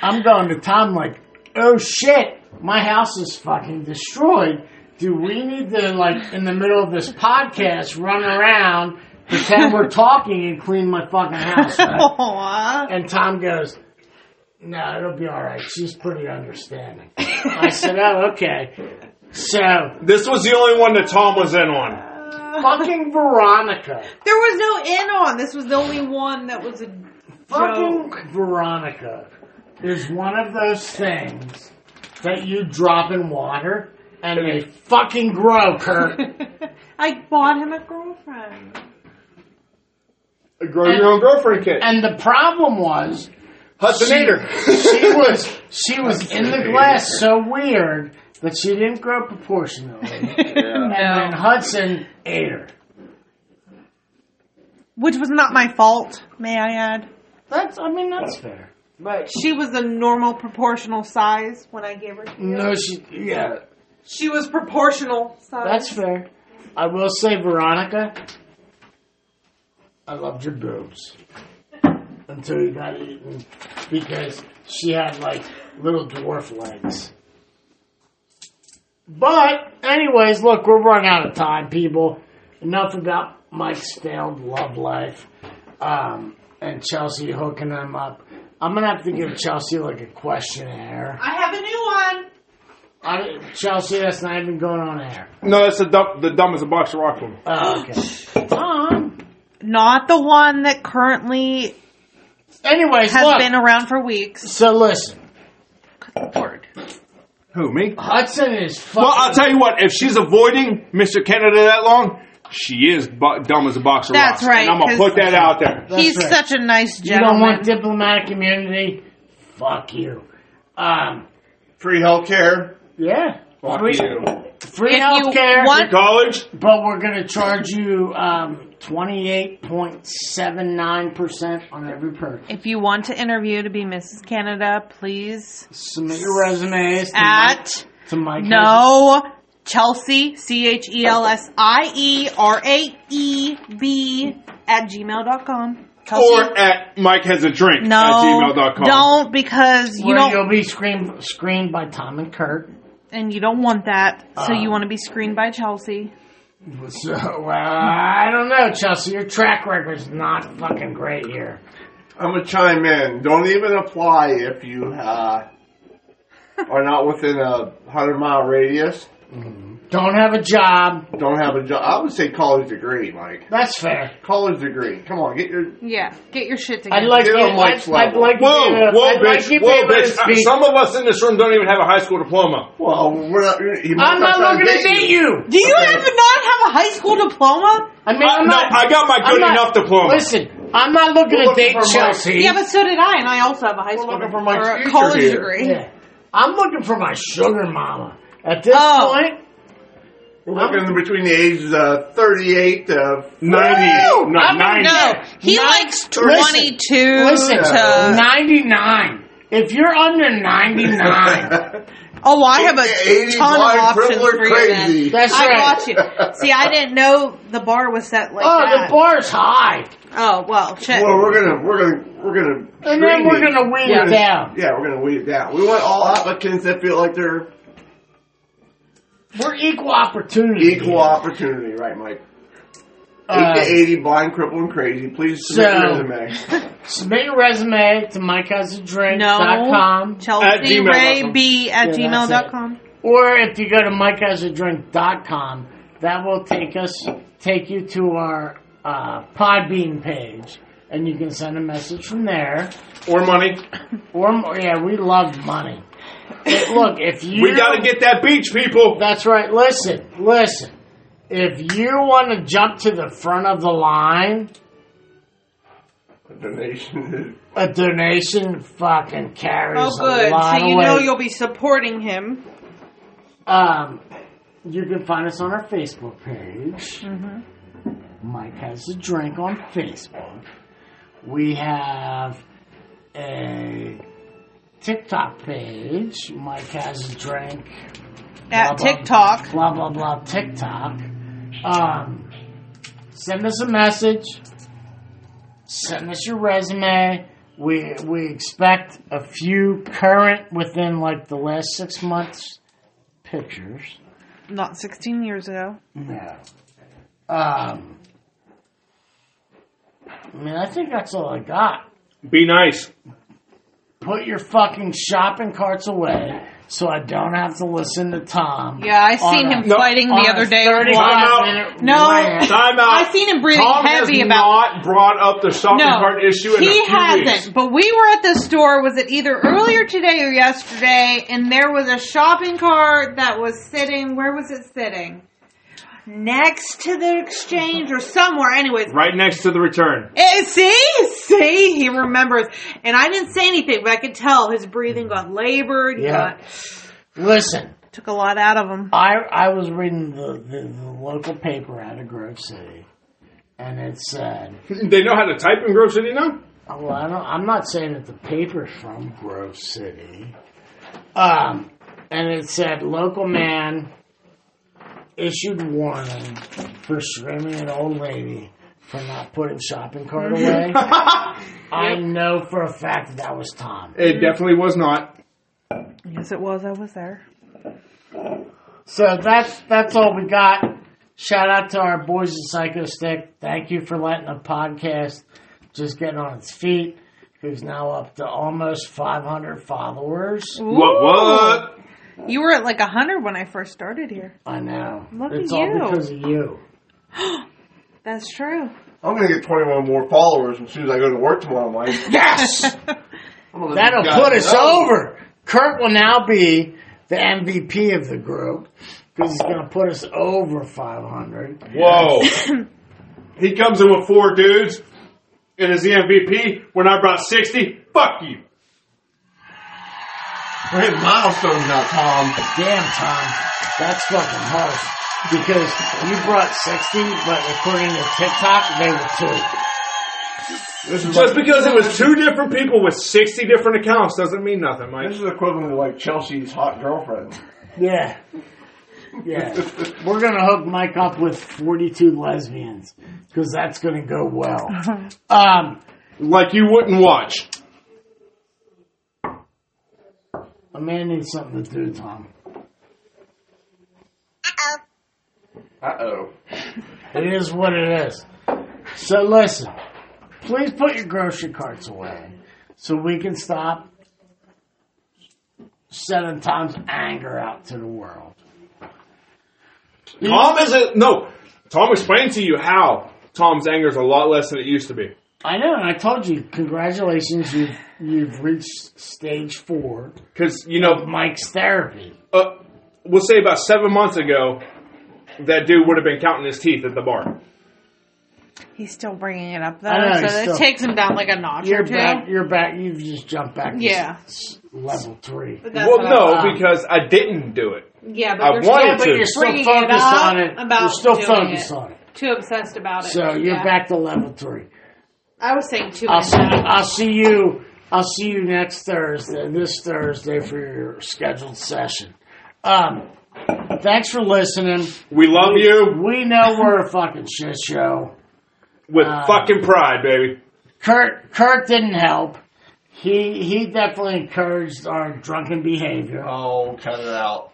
Speaker 3: I'm going to Tom. Like, oh shit, my house is fucking destroyed. Do we need to like in the middle of this podcast run around? Pretend we're talking and clean my fucking house. up?"
Speaker 8: [LAUGHS]
Speaker 3: [LAUGHS]
Speaker 8: Aw.
Speaker 3: And Tom goes, No, it'll be all right. She's pretty
Speaker 8: [LAUGHS]
Speaker 3: understanding. I said, Oh, okay. So,
Speaker 2: This was the only one that Tom was in on.
Speaker 3: fucking Veronica.
Speaker 8: There was no in on. This was the only one that was a
Speaker 3: Fucking
Speaker 8: joke.
Speaker 3: Veronica is one of those things that you drop in water and
Speaker 8: [LAUGHS]
Speaker 3: they fucking grow, Kurt.
Speaker 8: I bought him a girlfriend.
Speaker 5: Grow your own girlfriend kit.
Speaker 3: And the problem was,
Speaker 5: Hudsonator.
Speaker 3: she was she was in the glass so weird that she didn't grow proportionally. And
Speaker 8: [LAUGHS] No.
Speaker 3: Hudson ate her.
Speaker 8: Which was not my fault, may I add.
Speaker 3: That's I mean that's fair. But
Speaker 8: She was a normal proportional size when I gave her to you.
Speaker 3: No, she. Yeah,
Speaker 8: She was proportional size.
Speaker 3: that's fair. I will say, Veronica, I loved your boobs until you got eaten because she had like little dwarf legs. But, anyways, look, we're running out of time, people. Enough about Mike's failed love life um, and Chelsea hooking him up. I'm gonna have to give Chelsea like a questionnaire.
Speaker 8: I have a new one.
Speaker 3: I, Chelsea, that's not even going on air.
Speaker 2: No, that's the dumb, the dumb as a box of rock one.
Speaker 3: Oh, okay.
Speaker 8: [GASPS]
Speaker 3: Um.
Speaker 8: Not the one that currently
Speaker 3: Anyways,
Speaker 8: has
Speaker 3: look.
Speaker 8: been around for weeks.
Speaker 3: so listen,
Speaker 2: Who me?
Speaker 3: Hudson is fucking.
Speaker 2: Well,
Speaker 8: uh,
Speaker 2: I'll tell you what. If she's avoiding Mr. Canada that long, she is bu- dumb as a box of
Speaker 8: That's
Speaker 2: rocks.
Speaker 8: right,
Speaker 2: And I'm gonna
Speaker 8: 'cause-
Speaker 2: put that out there.
Speaker 3: That's
Speaker 8: He's
Speaker 3: right.
Speaker 8: such a nice
Speaker 3: you don't
Speaker 8: gentleman.
Speaker 3: want diplomatic immunity. Fuck you. Um.
Speaker 5: Free health care.
Speaker 3: Yeah.
Speaker 5: Fuck
Speaker 3: free
Speaker 5: you.
Speaker 3: free
Speaker 8: If you
Speaker 3: health care,
Speaker 8: want-
Speaker 2: College.
Speaker 3: but we're gonna charge you um twenty eight point seven nine percent on every purchase.
Speaker 8: if you want to interview to be Mrs. Canada, please
Speaker 3: Submit your resumes to Mike,
Speaker 8: at
Speaker 3: to Mike.
Speaker 8: no Chelsea C H E L S I E R A E B at gmail.com. Chelsea.
Speaker 2: Or at Mike has a drink
Speaker 8: no,
Speaker 2: at gmail.com.
Speaker 8: don't because you
Speaker 3: Where
Speaker 8: don't
Speaker 3: you'll be screened screened by Tom and Kurt.
Speaker 8: and you don't want that, so you
Speaker 3: Um,
Speaker 8: want to be screened by Chelsea.
Speaker 3: So, uh, I don't know, Chelsea. Your track record's not fucking great here.
Speaker 5: I'm gonna chime in. Don't even apply if you uh, are not within a hundred mile radius.
Speaker 3: Don't have a job.
Speaker 5: Don't have a job. I would say college degree, Mike.
Speaker 3: That's fair.
Speaker 5: College degree. Come on, get your.
Speaker 8: Yeah, get your shit together.
Speaker 3: I'd like to.
Speaker 5: Get on
Speaker 3: I'd,
Speaker 5: Mike's
Speaker 3: I'd
Speaker 5: level.
Speaker 3: like to.
Speaker 2: Whoa,
Speaker 3: be able to-
Speaker 2: whoa,
Speaker 3: I'd like
Speaker 2: bitch,
Speaker 3: to be
Speaker 2: whoa,
Speaker 3: able to
Speaker 2: bitch. Uh,
Speaker 3: speak.
Speaker 2: some of us in this room don't even have a high school diploma.
Speaker 5: Well, we're not. He might
Speaker 3: I'm not
Speaker 5: trying
Speaker 3: looking to date you.
Speaker 8: Do you have not have a high school diploma?
Speaker 3: I mean,
Speaker 2: I-
Speaker 3: I'm
Speaker 2: no,
Speaker 3: not.
Speaker 2: I got my
Speaker 3: I'm
Speaker 2: good
Speaker 3: not-
Speaker 2: enough diploma.
Speaker 3: Listen, I'm not looking to
Speaker 5: We're looking
Speaker 3: date
Speaker 5: for Mike.
Speaker 3: Chelsea.
Speaker 8: Yeah, but so did I, and I also have a high
Speaker 5: We're
Speaker 8: school
Speaker 5: looking for
Speaker 8: diploma
Speaker 5: my
Speaker 8: or a
Speaker 5: future
Speaker 8: college
Speaker 5: here.
Speaker 8: degree.
Speaker 3: Yeah. I'm looking for my sugar mama. At this
Speaker 8: Oh.
Speaker 3: point,
Speaker 5: We're looking between the ages of 38 to
Speaker 2: 90.
Speaker 3: Woo!
Speaker 2: Not
Speaker 3: I mean,
Speaker 2: 90.
Speaker 8: No, he
Speaker 3: Nine-
Speaker 8: likes
Speaker 3: listen,
Speaker 8: twenty two.
Speaker 3: listen,
Speaker 8: to,
Speaker 3: 99. If you're
Speaker 2: [LAUGHS]
Speaker 3: under 99,
Speaker 8: oh, I
Speaker 5: [LAUGHS]
Speaker 8: have a
Speaker 5: 80
Speaker 8: ton of
Speaker 5: blind
Speaker 8: options
Speaker 5: privilege
Speaker 8: for you.
Speaker 5: crazy.
Speaker 8: Crazy.
Speaker 3: that's
Speaker 8: I
Speaker 3: right.
Speaker 8: got you. See, I didn't know the bar was set like
Speaker 3: oh,
Speaker 8: that.
Speaker 3: the bar's high.
Speaker 8: oh well, shit.
Speaker 5: Well, we're gonna we're gonna we're gonna
Speaker 3: And then
Speaker 5: screen
Speaker 3: we're
Speaker 5: it.
Speaker 3: going to weed
Speaker 5: We're
Speaker 3: it
Speaker 5: gonna-
Speaker 3: down.
Speaker 5: Yeah, we're gonna weed it down. We want all applicants that feel like they're
Speaker 3: We're equal opportunity.
Speaker 5: equal opportunity, right, Mike?
Speaker 3: Uh,
Speaker 5: Eight to eighty, blind, crippled, and crazy. Please submit
Speaker 3: So-
Speaker 5: your resume. [LAUGHS]
Speaker 3: Submit your resume to mycousadrink.com.
Speaker 8: no, Chelsea
Speaker 2: gmail dot
Speaker 8: Ray
Speaker 2: com.
Speaker 8: B at
Speaker 3: Yeah,
Speaker 8: gmail
Speaker 3: that's
Speaker 8: dot
Speaker 3: it.
Speaker 8: com.
Speaker 3: Or if you go to mikehasadrink.com, that will take us take you to our uh, Podbean page, and you can send a message from there.
Speaker 2: Or money.
Speaker 3: Or yeah, we love money. But look, if you
Speaker 2: We gotta get that beach, people.
Speaker 3: that's right. Listen, listen. If you want to jump to the front of the line,
Speaker 5: Donation.
Speaker 3: a donation fucking carries
Speaker 8: Oh, good.
Speaker 3: a lot
Speaker 8: So
Speaker 3: of
Speaker 8: you know
Speaker 3: weight.
Speaker 8: you'll be supporting him.
Speaker 3: Um, you can find us on our Facebook page. Mike has a drink on Facebook. We have a TikTok page. Mike has a drink. blah, blah,
Speaker 8: At TikTok.
Speaker 3: Blah, blah, blah, TikTok. Um, send us a message. Send us your resume. We, we expect a few current within like the last six months pictures.
Speaker 8: Not sixteen years ago.
Speaker 3: No. Um, I mean, I think that's all I got.
Speaker 2: Be nice.
Speaker 3: Put your fucking shopping carts away so I don't have to listen to Tom.
Speaker 8: Yeah, I
Speaker 3: on
Speaker 8: seen
Speaker 3: a-
Speaker 8: him
Speaker 2: No.
Speaker 8: fighting
Speaker 3: on
Speaker 8: the
Speaker 3: a
Speaker 8: other day.
Speaker 3: 35 minute
Speaker 8: No.
Speaker 3: rant.
Speaker 2: Time out.
Speaker 8: I seen him breathing
Speaker 2: Tom
Speaker 8: heavy
Speaker 2: has
Speaker 8: about.
Speaker 2: not brought up the shopping cart issue in a
Speaker 8: he
Speaker 2: few
Speaker 8: hasn't.
Speaker 2: weeks.
Speaker 8: But we were at the store. Was it either earlier today or yesterday? And there was a shopping cart that was sitting. Where was it sitting? Next to the exchange or somewhere. Anyways,
Speaker 2: Right next to the return.
Speaker 8: Eh, see, see, he remembers. And I didn't say anything, but I could tell his breathing got labored. Yeah,
Speaker 3: Yeah. Listen,
Speaker 8: took a lot out of him.
Speaker 3: I I was reading the, the, the local paper out of Grove City, and it said,
Speaker 2: They know how to type in Grove City now?
Speaker 3: Oh, Well, I don't, I'm not saying that the paper's from Grove City. Um, and it said local man issued warning for screaming at old lady for not putting shopping cart away. I know for a fact that that was Tom.
Speaker 2: It definitely was not.
Speaker 8: Yes, it was. I was there.
Speaker 3: So that's that's all we got. Shout out to our boys at Psycho Stick. Thank you for letting the podcast just get on its feet. Who's now up to almost 500 followers.
Speaker 2: What? What?
Speaker 8: You were at like a hundred when I first started here.
Speaker 3: I know.
Speaker 8: Look
Speaker 3: it's
Speaker 8: at
Speaker 3: all
Speaker 8: you.
Speaker 3: because of you.
Speaker 8: That's true.
Speaker 5: I'm gonna get 21 more followers as soon as I go to work tomorrow, Mike.
Speaker 3: Yes!
Speaker 5: I'm gonna let
Speaker 3: That'll
Speaker 5: these guys
Speaker 3: put us
Speaker 5: know.
Speaker 3: over. Kurt will now be the MVP of the group because he's going to put us over 500.
Speaker 2: Whoa. [LAUGHS] he comes in with four dudes E and is the MVP when I brought 60. Fuck you.
Speaker 5: We're hitting milestones now, Tom.
Speaker 3: Damn, Tom. That's fucking harsh because you brought 60, but according to TikTok, they were two.
Speaker 5: This is
Speaker 2: Just
Speaker 5: like-
Speaker 2: because it was two different people with 60 different accounts doesn't mean nothing, Mike.
Speaker 5: This is equivalent to like Chelsea's hot girlfriend.
Speaker 3: Yeah. Yeah. [LAUGHS] We're going to hook Mike up with 42 lesbians because that's going to go
Speaker 8: [LAUGHS]
Speaker 3: well. Um,
Speaker 2: Like you wouldn't watch.
Speaker 3: a man needs something to do, Tom.
Speaker 5: Uh oh.
Speaker 3: It is what it is. So listen, please put your grocery carts away so we can stop sending Tom's anger out to the world.
Speaker 2: Tom isn't. No. Tom explained to you how Tom's anger is a lot less than it used to be.
Speaker 3: I know, and I told you, congratulations, you've, you've reached stage four
Speaker 2: Because, you
Speaker 3: of
Speaker 2: know,
Speaker 3: Mike's therapy.
Speaker 2: uh, we'll say about seven months ago, that dude would have been counting his teeth at the bar.
Speaker 8: He's still bringing it up though,
Speaker 3: I know, he's
Speaker 8: so it
Speaker 3: still-
Speaker 8: takes him down like a notch
Speaker 3: You're
Speaker 8: or two.
Speaker 3: back. You're back. You've just jumped back. to
Speaker 8: Yeah.
Speaker 3: s- level three.
Speaker 8: But that's
Speaker 2: Well,
Speaker 8: what I
Speaker 2: no,
Speaker 8: thought.
Speaker 3: thought.
Speaker 2: because I didn't do it.
Speaker 8: yeah, but
Speaker 2: I
Speaker 8: you're
Speaker 2: wanted
Speaker 8: still,
Speaker 2: to.
Speaker 8: but you're
Speaker 2: You're
Speaker 3: still
Speaker 8: bringing it
Speaker 3: focused
Speaker 8: up
Speaker 3: on it.
Speaker 8: About
Speaker 3: You're still
Speaker 8: doing
Speaker 3: focused
Speaker 8: it.
Speaker 3: on it.
Speaker 8: Too obsessed about it.
Speaker 3: So you're
Speaker 8: Yeah.
Speaker 3: back to level three.
Speaker 8: I was saying too.
Speaker 3: I'll
Speaker 8: much.
Speaker 3: see. I'll see you. I'll see you next Thursday. This Thursday for your scheduled session. Um, thanks for listening.
Speaker 2: We love you
Speaker 3: We know we're a fucking shit show.
Speaker 2: with
Speaker 3: Uh,
Speaker 2: fucking pride, baby.
Speaker 3: Kurt Kurt didn't help. He he definitely encouraged our drunken behavior.
Speaker 5: Oh, cut it out.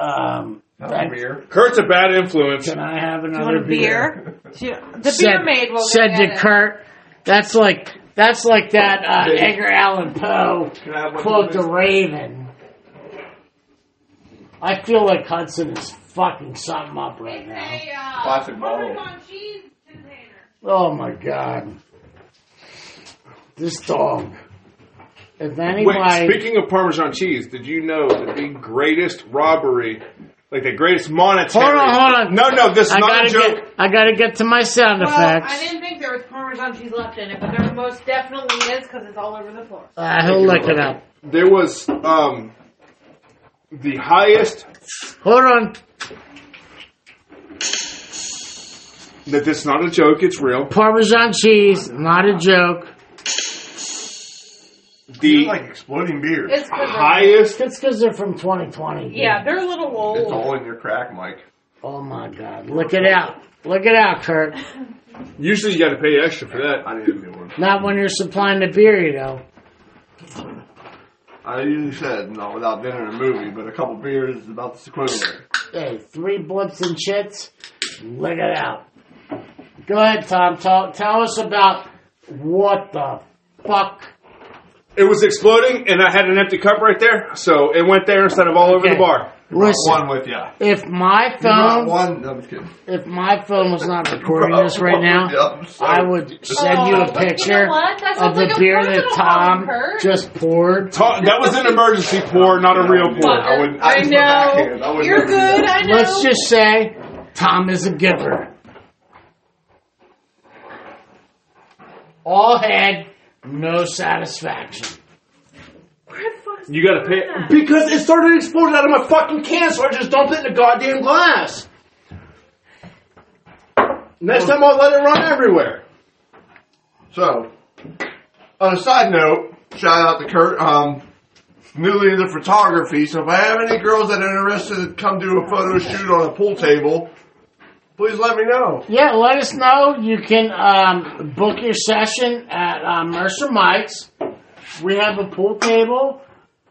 Speaker 3: Um,
Speaker 5: Not
Speaker 3: thank-
Speaker 5: beer.
Speaker 2: Kurt's a bad influence.
Speaker 3: can I have
Speaker 8: You want
Speaker 3: another
Speaker 8: a beer? She- the
Speaker 3: Said-
Speaker 8: beer maid will
Speaker 3: said
Speaker 8: get
Speaker 3: to
Speaker 8: it.
Speaker 3: Kurt. That's like that's like that uh, Edgar Allan Poe
Speaker 5: Can I have one
Speaker 3: quote,
Speaker 5: more,
Speaker 3: "The Raven." I feel like Hudson is fucking something up right now.
Speaker 8: Hey, uh,
Speaker 5: Plastic bottle.
Speaker 8: Parmesan cheese container.
Speaker 3: Oh my god, this dog. If
Speaker 2: Wait,
Speaker 3: anybody,
Speaker 2: speaking of Parmesan cheese, did you know that the greatest robbery, like the greatest monetary?
Speaker 3: Hold on, hold on.
Speaker 2: No, no, this is
Speaker 3: I
Speaker 2: not
Speaker 3: gotta
Speaker 2: a joke.
Speaker 3: get, I gotta get to my sound
Speaker 8: Well,
Speaker 3: effects.
Speaker 8: I didn't think there was Parmesan cheese left in it, but there most definitely is because it's all over the floor.
Speaker 3: Uh, he'll look it up.
Speaker 2: There was um, the highest.
Speaker 3: Hold on.
Speaker 2: That this is not a joke. It's real.
Speaker 3: Parmesan cheese, not a joke.
Speaker 2: The
Speaker 5: like exploding beer.
Speaker 8: It's
Speaker 3: [LAUGHS]
Speaker 8: good.
Speaker 2: highest.
Speaker 3: That's because they're from 2020. dude.
Speaker 8: Yeah, they're a little old.
Speaker 5: It's all in your crack, Mike.
Speaker 3: Oh my God. Look it out. Look it out, Kurt.
Speaker 2: Usually, you got to pay extra for that.
Speaker 5: I need a new one.
Speaker 3: Not when you're supplying the beer, you know.
Speaker 5: I usually said not without dinner and a movie, but a couple beers is about the equivalent.
Speaker 3: Hey, three blips and chits. Look it out. Go ahead, Tom. Tell, tell us about what the fuck.
Speaker 2: It was exploding, and I had an empty cup right there, so it went there instead of all over the
Speaker 3: Okay.
Speaker 2: bar.
Speaker 3: Listen,
Speaker 5: One with ya.
Speaker 3: if my
Speaker 5: You brought
Speaker 3: phone,
Speaker 5: one. No, I'm just kidding.
Speaker 3: if my phone was not recording
Speaker 5: [LAUGHS]
Speaker 3: this right now, I would send you
Speaker 8: Oh,
Speaker 3: a
Speaker 8: but you
Speaker 3: picture
Speaker 8: know what? That
Speaker 3: of
Speaker 8: sounds
Speaker 3: the
Speaker 8: like a
Speaker 3: beer that
Speaker 8: personal
Speaker 3: Tom
Speaker 8: problem, Kurt.
Speaker 3: just poured.
Speaker 2: Ta- that was an emergency pour, not a real pour.
Speaker 5: I wouldn't- I
Speaker 8: I
Speaker 5: just went back in. I
Speaker 8: know.
Speaker 5: wouldn't
Speaker 8: You're
Speaker 5: do that.
Speaker 8: good. I know.
Speaker 3: Let's just say Tom is a giver. All head, no satisfaction.
Speaker 8: Where the fuck's
Speaker 2: You got to pay
Speaker 3: Because it started exploding out of my fucking can, so I just dumped it in the goddamn glass.
Speaker 2: next time. I'll let it run everywhere.
Speaker 5: So, on a side note, shout out to Kurt. Um, newly into photography, so if I have any girls that are interested to come do a photo shoot on a pool table, please let me know.
Speaker 3: Yeah, let us know. You can um, book your session at uh, Mercer Mike's. We have a pool table.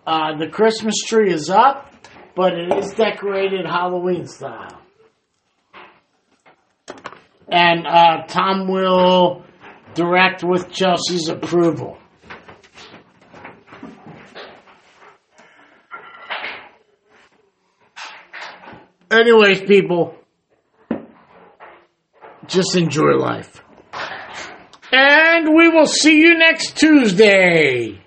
Speaker 3: Uh, the Christmas tree is up, but it is decorated Halloween style. And uh, Tom will direct with Chelsea's approval. Anyways, people just enjoy life. And we will see you next Tuesday.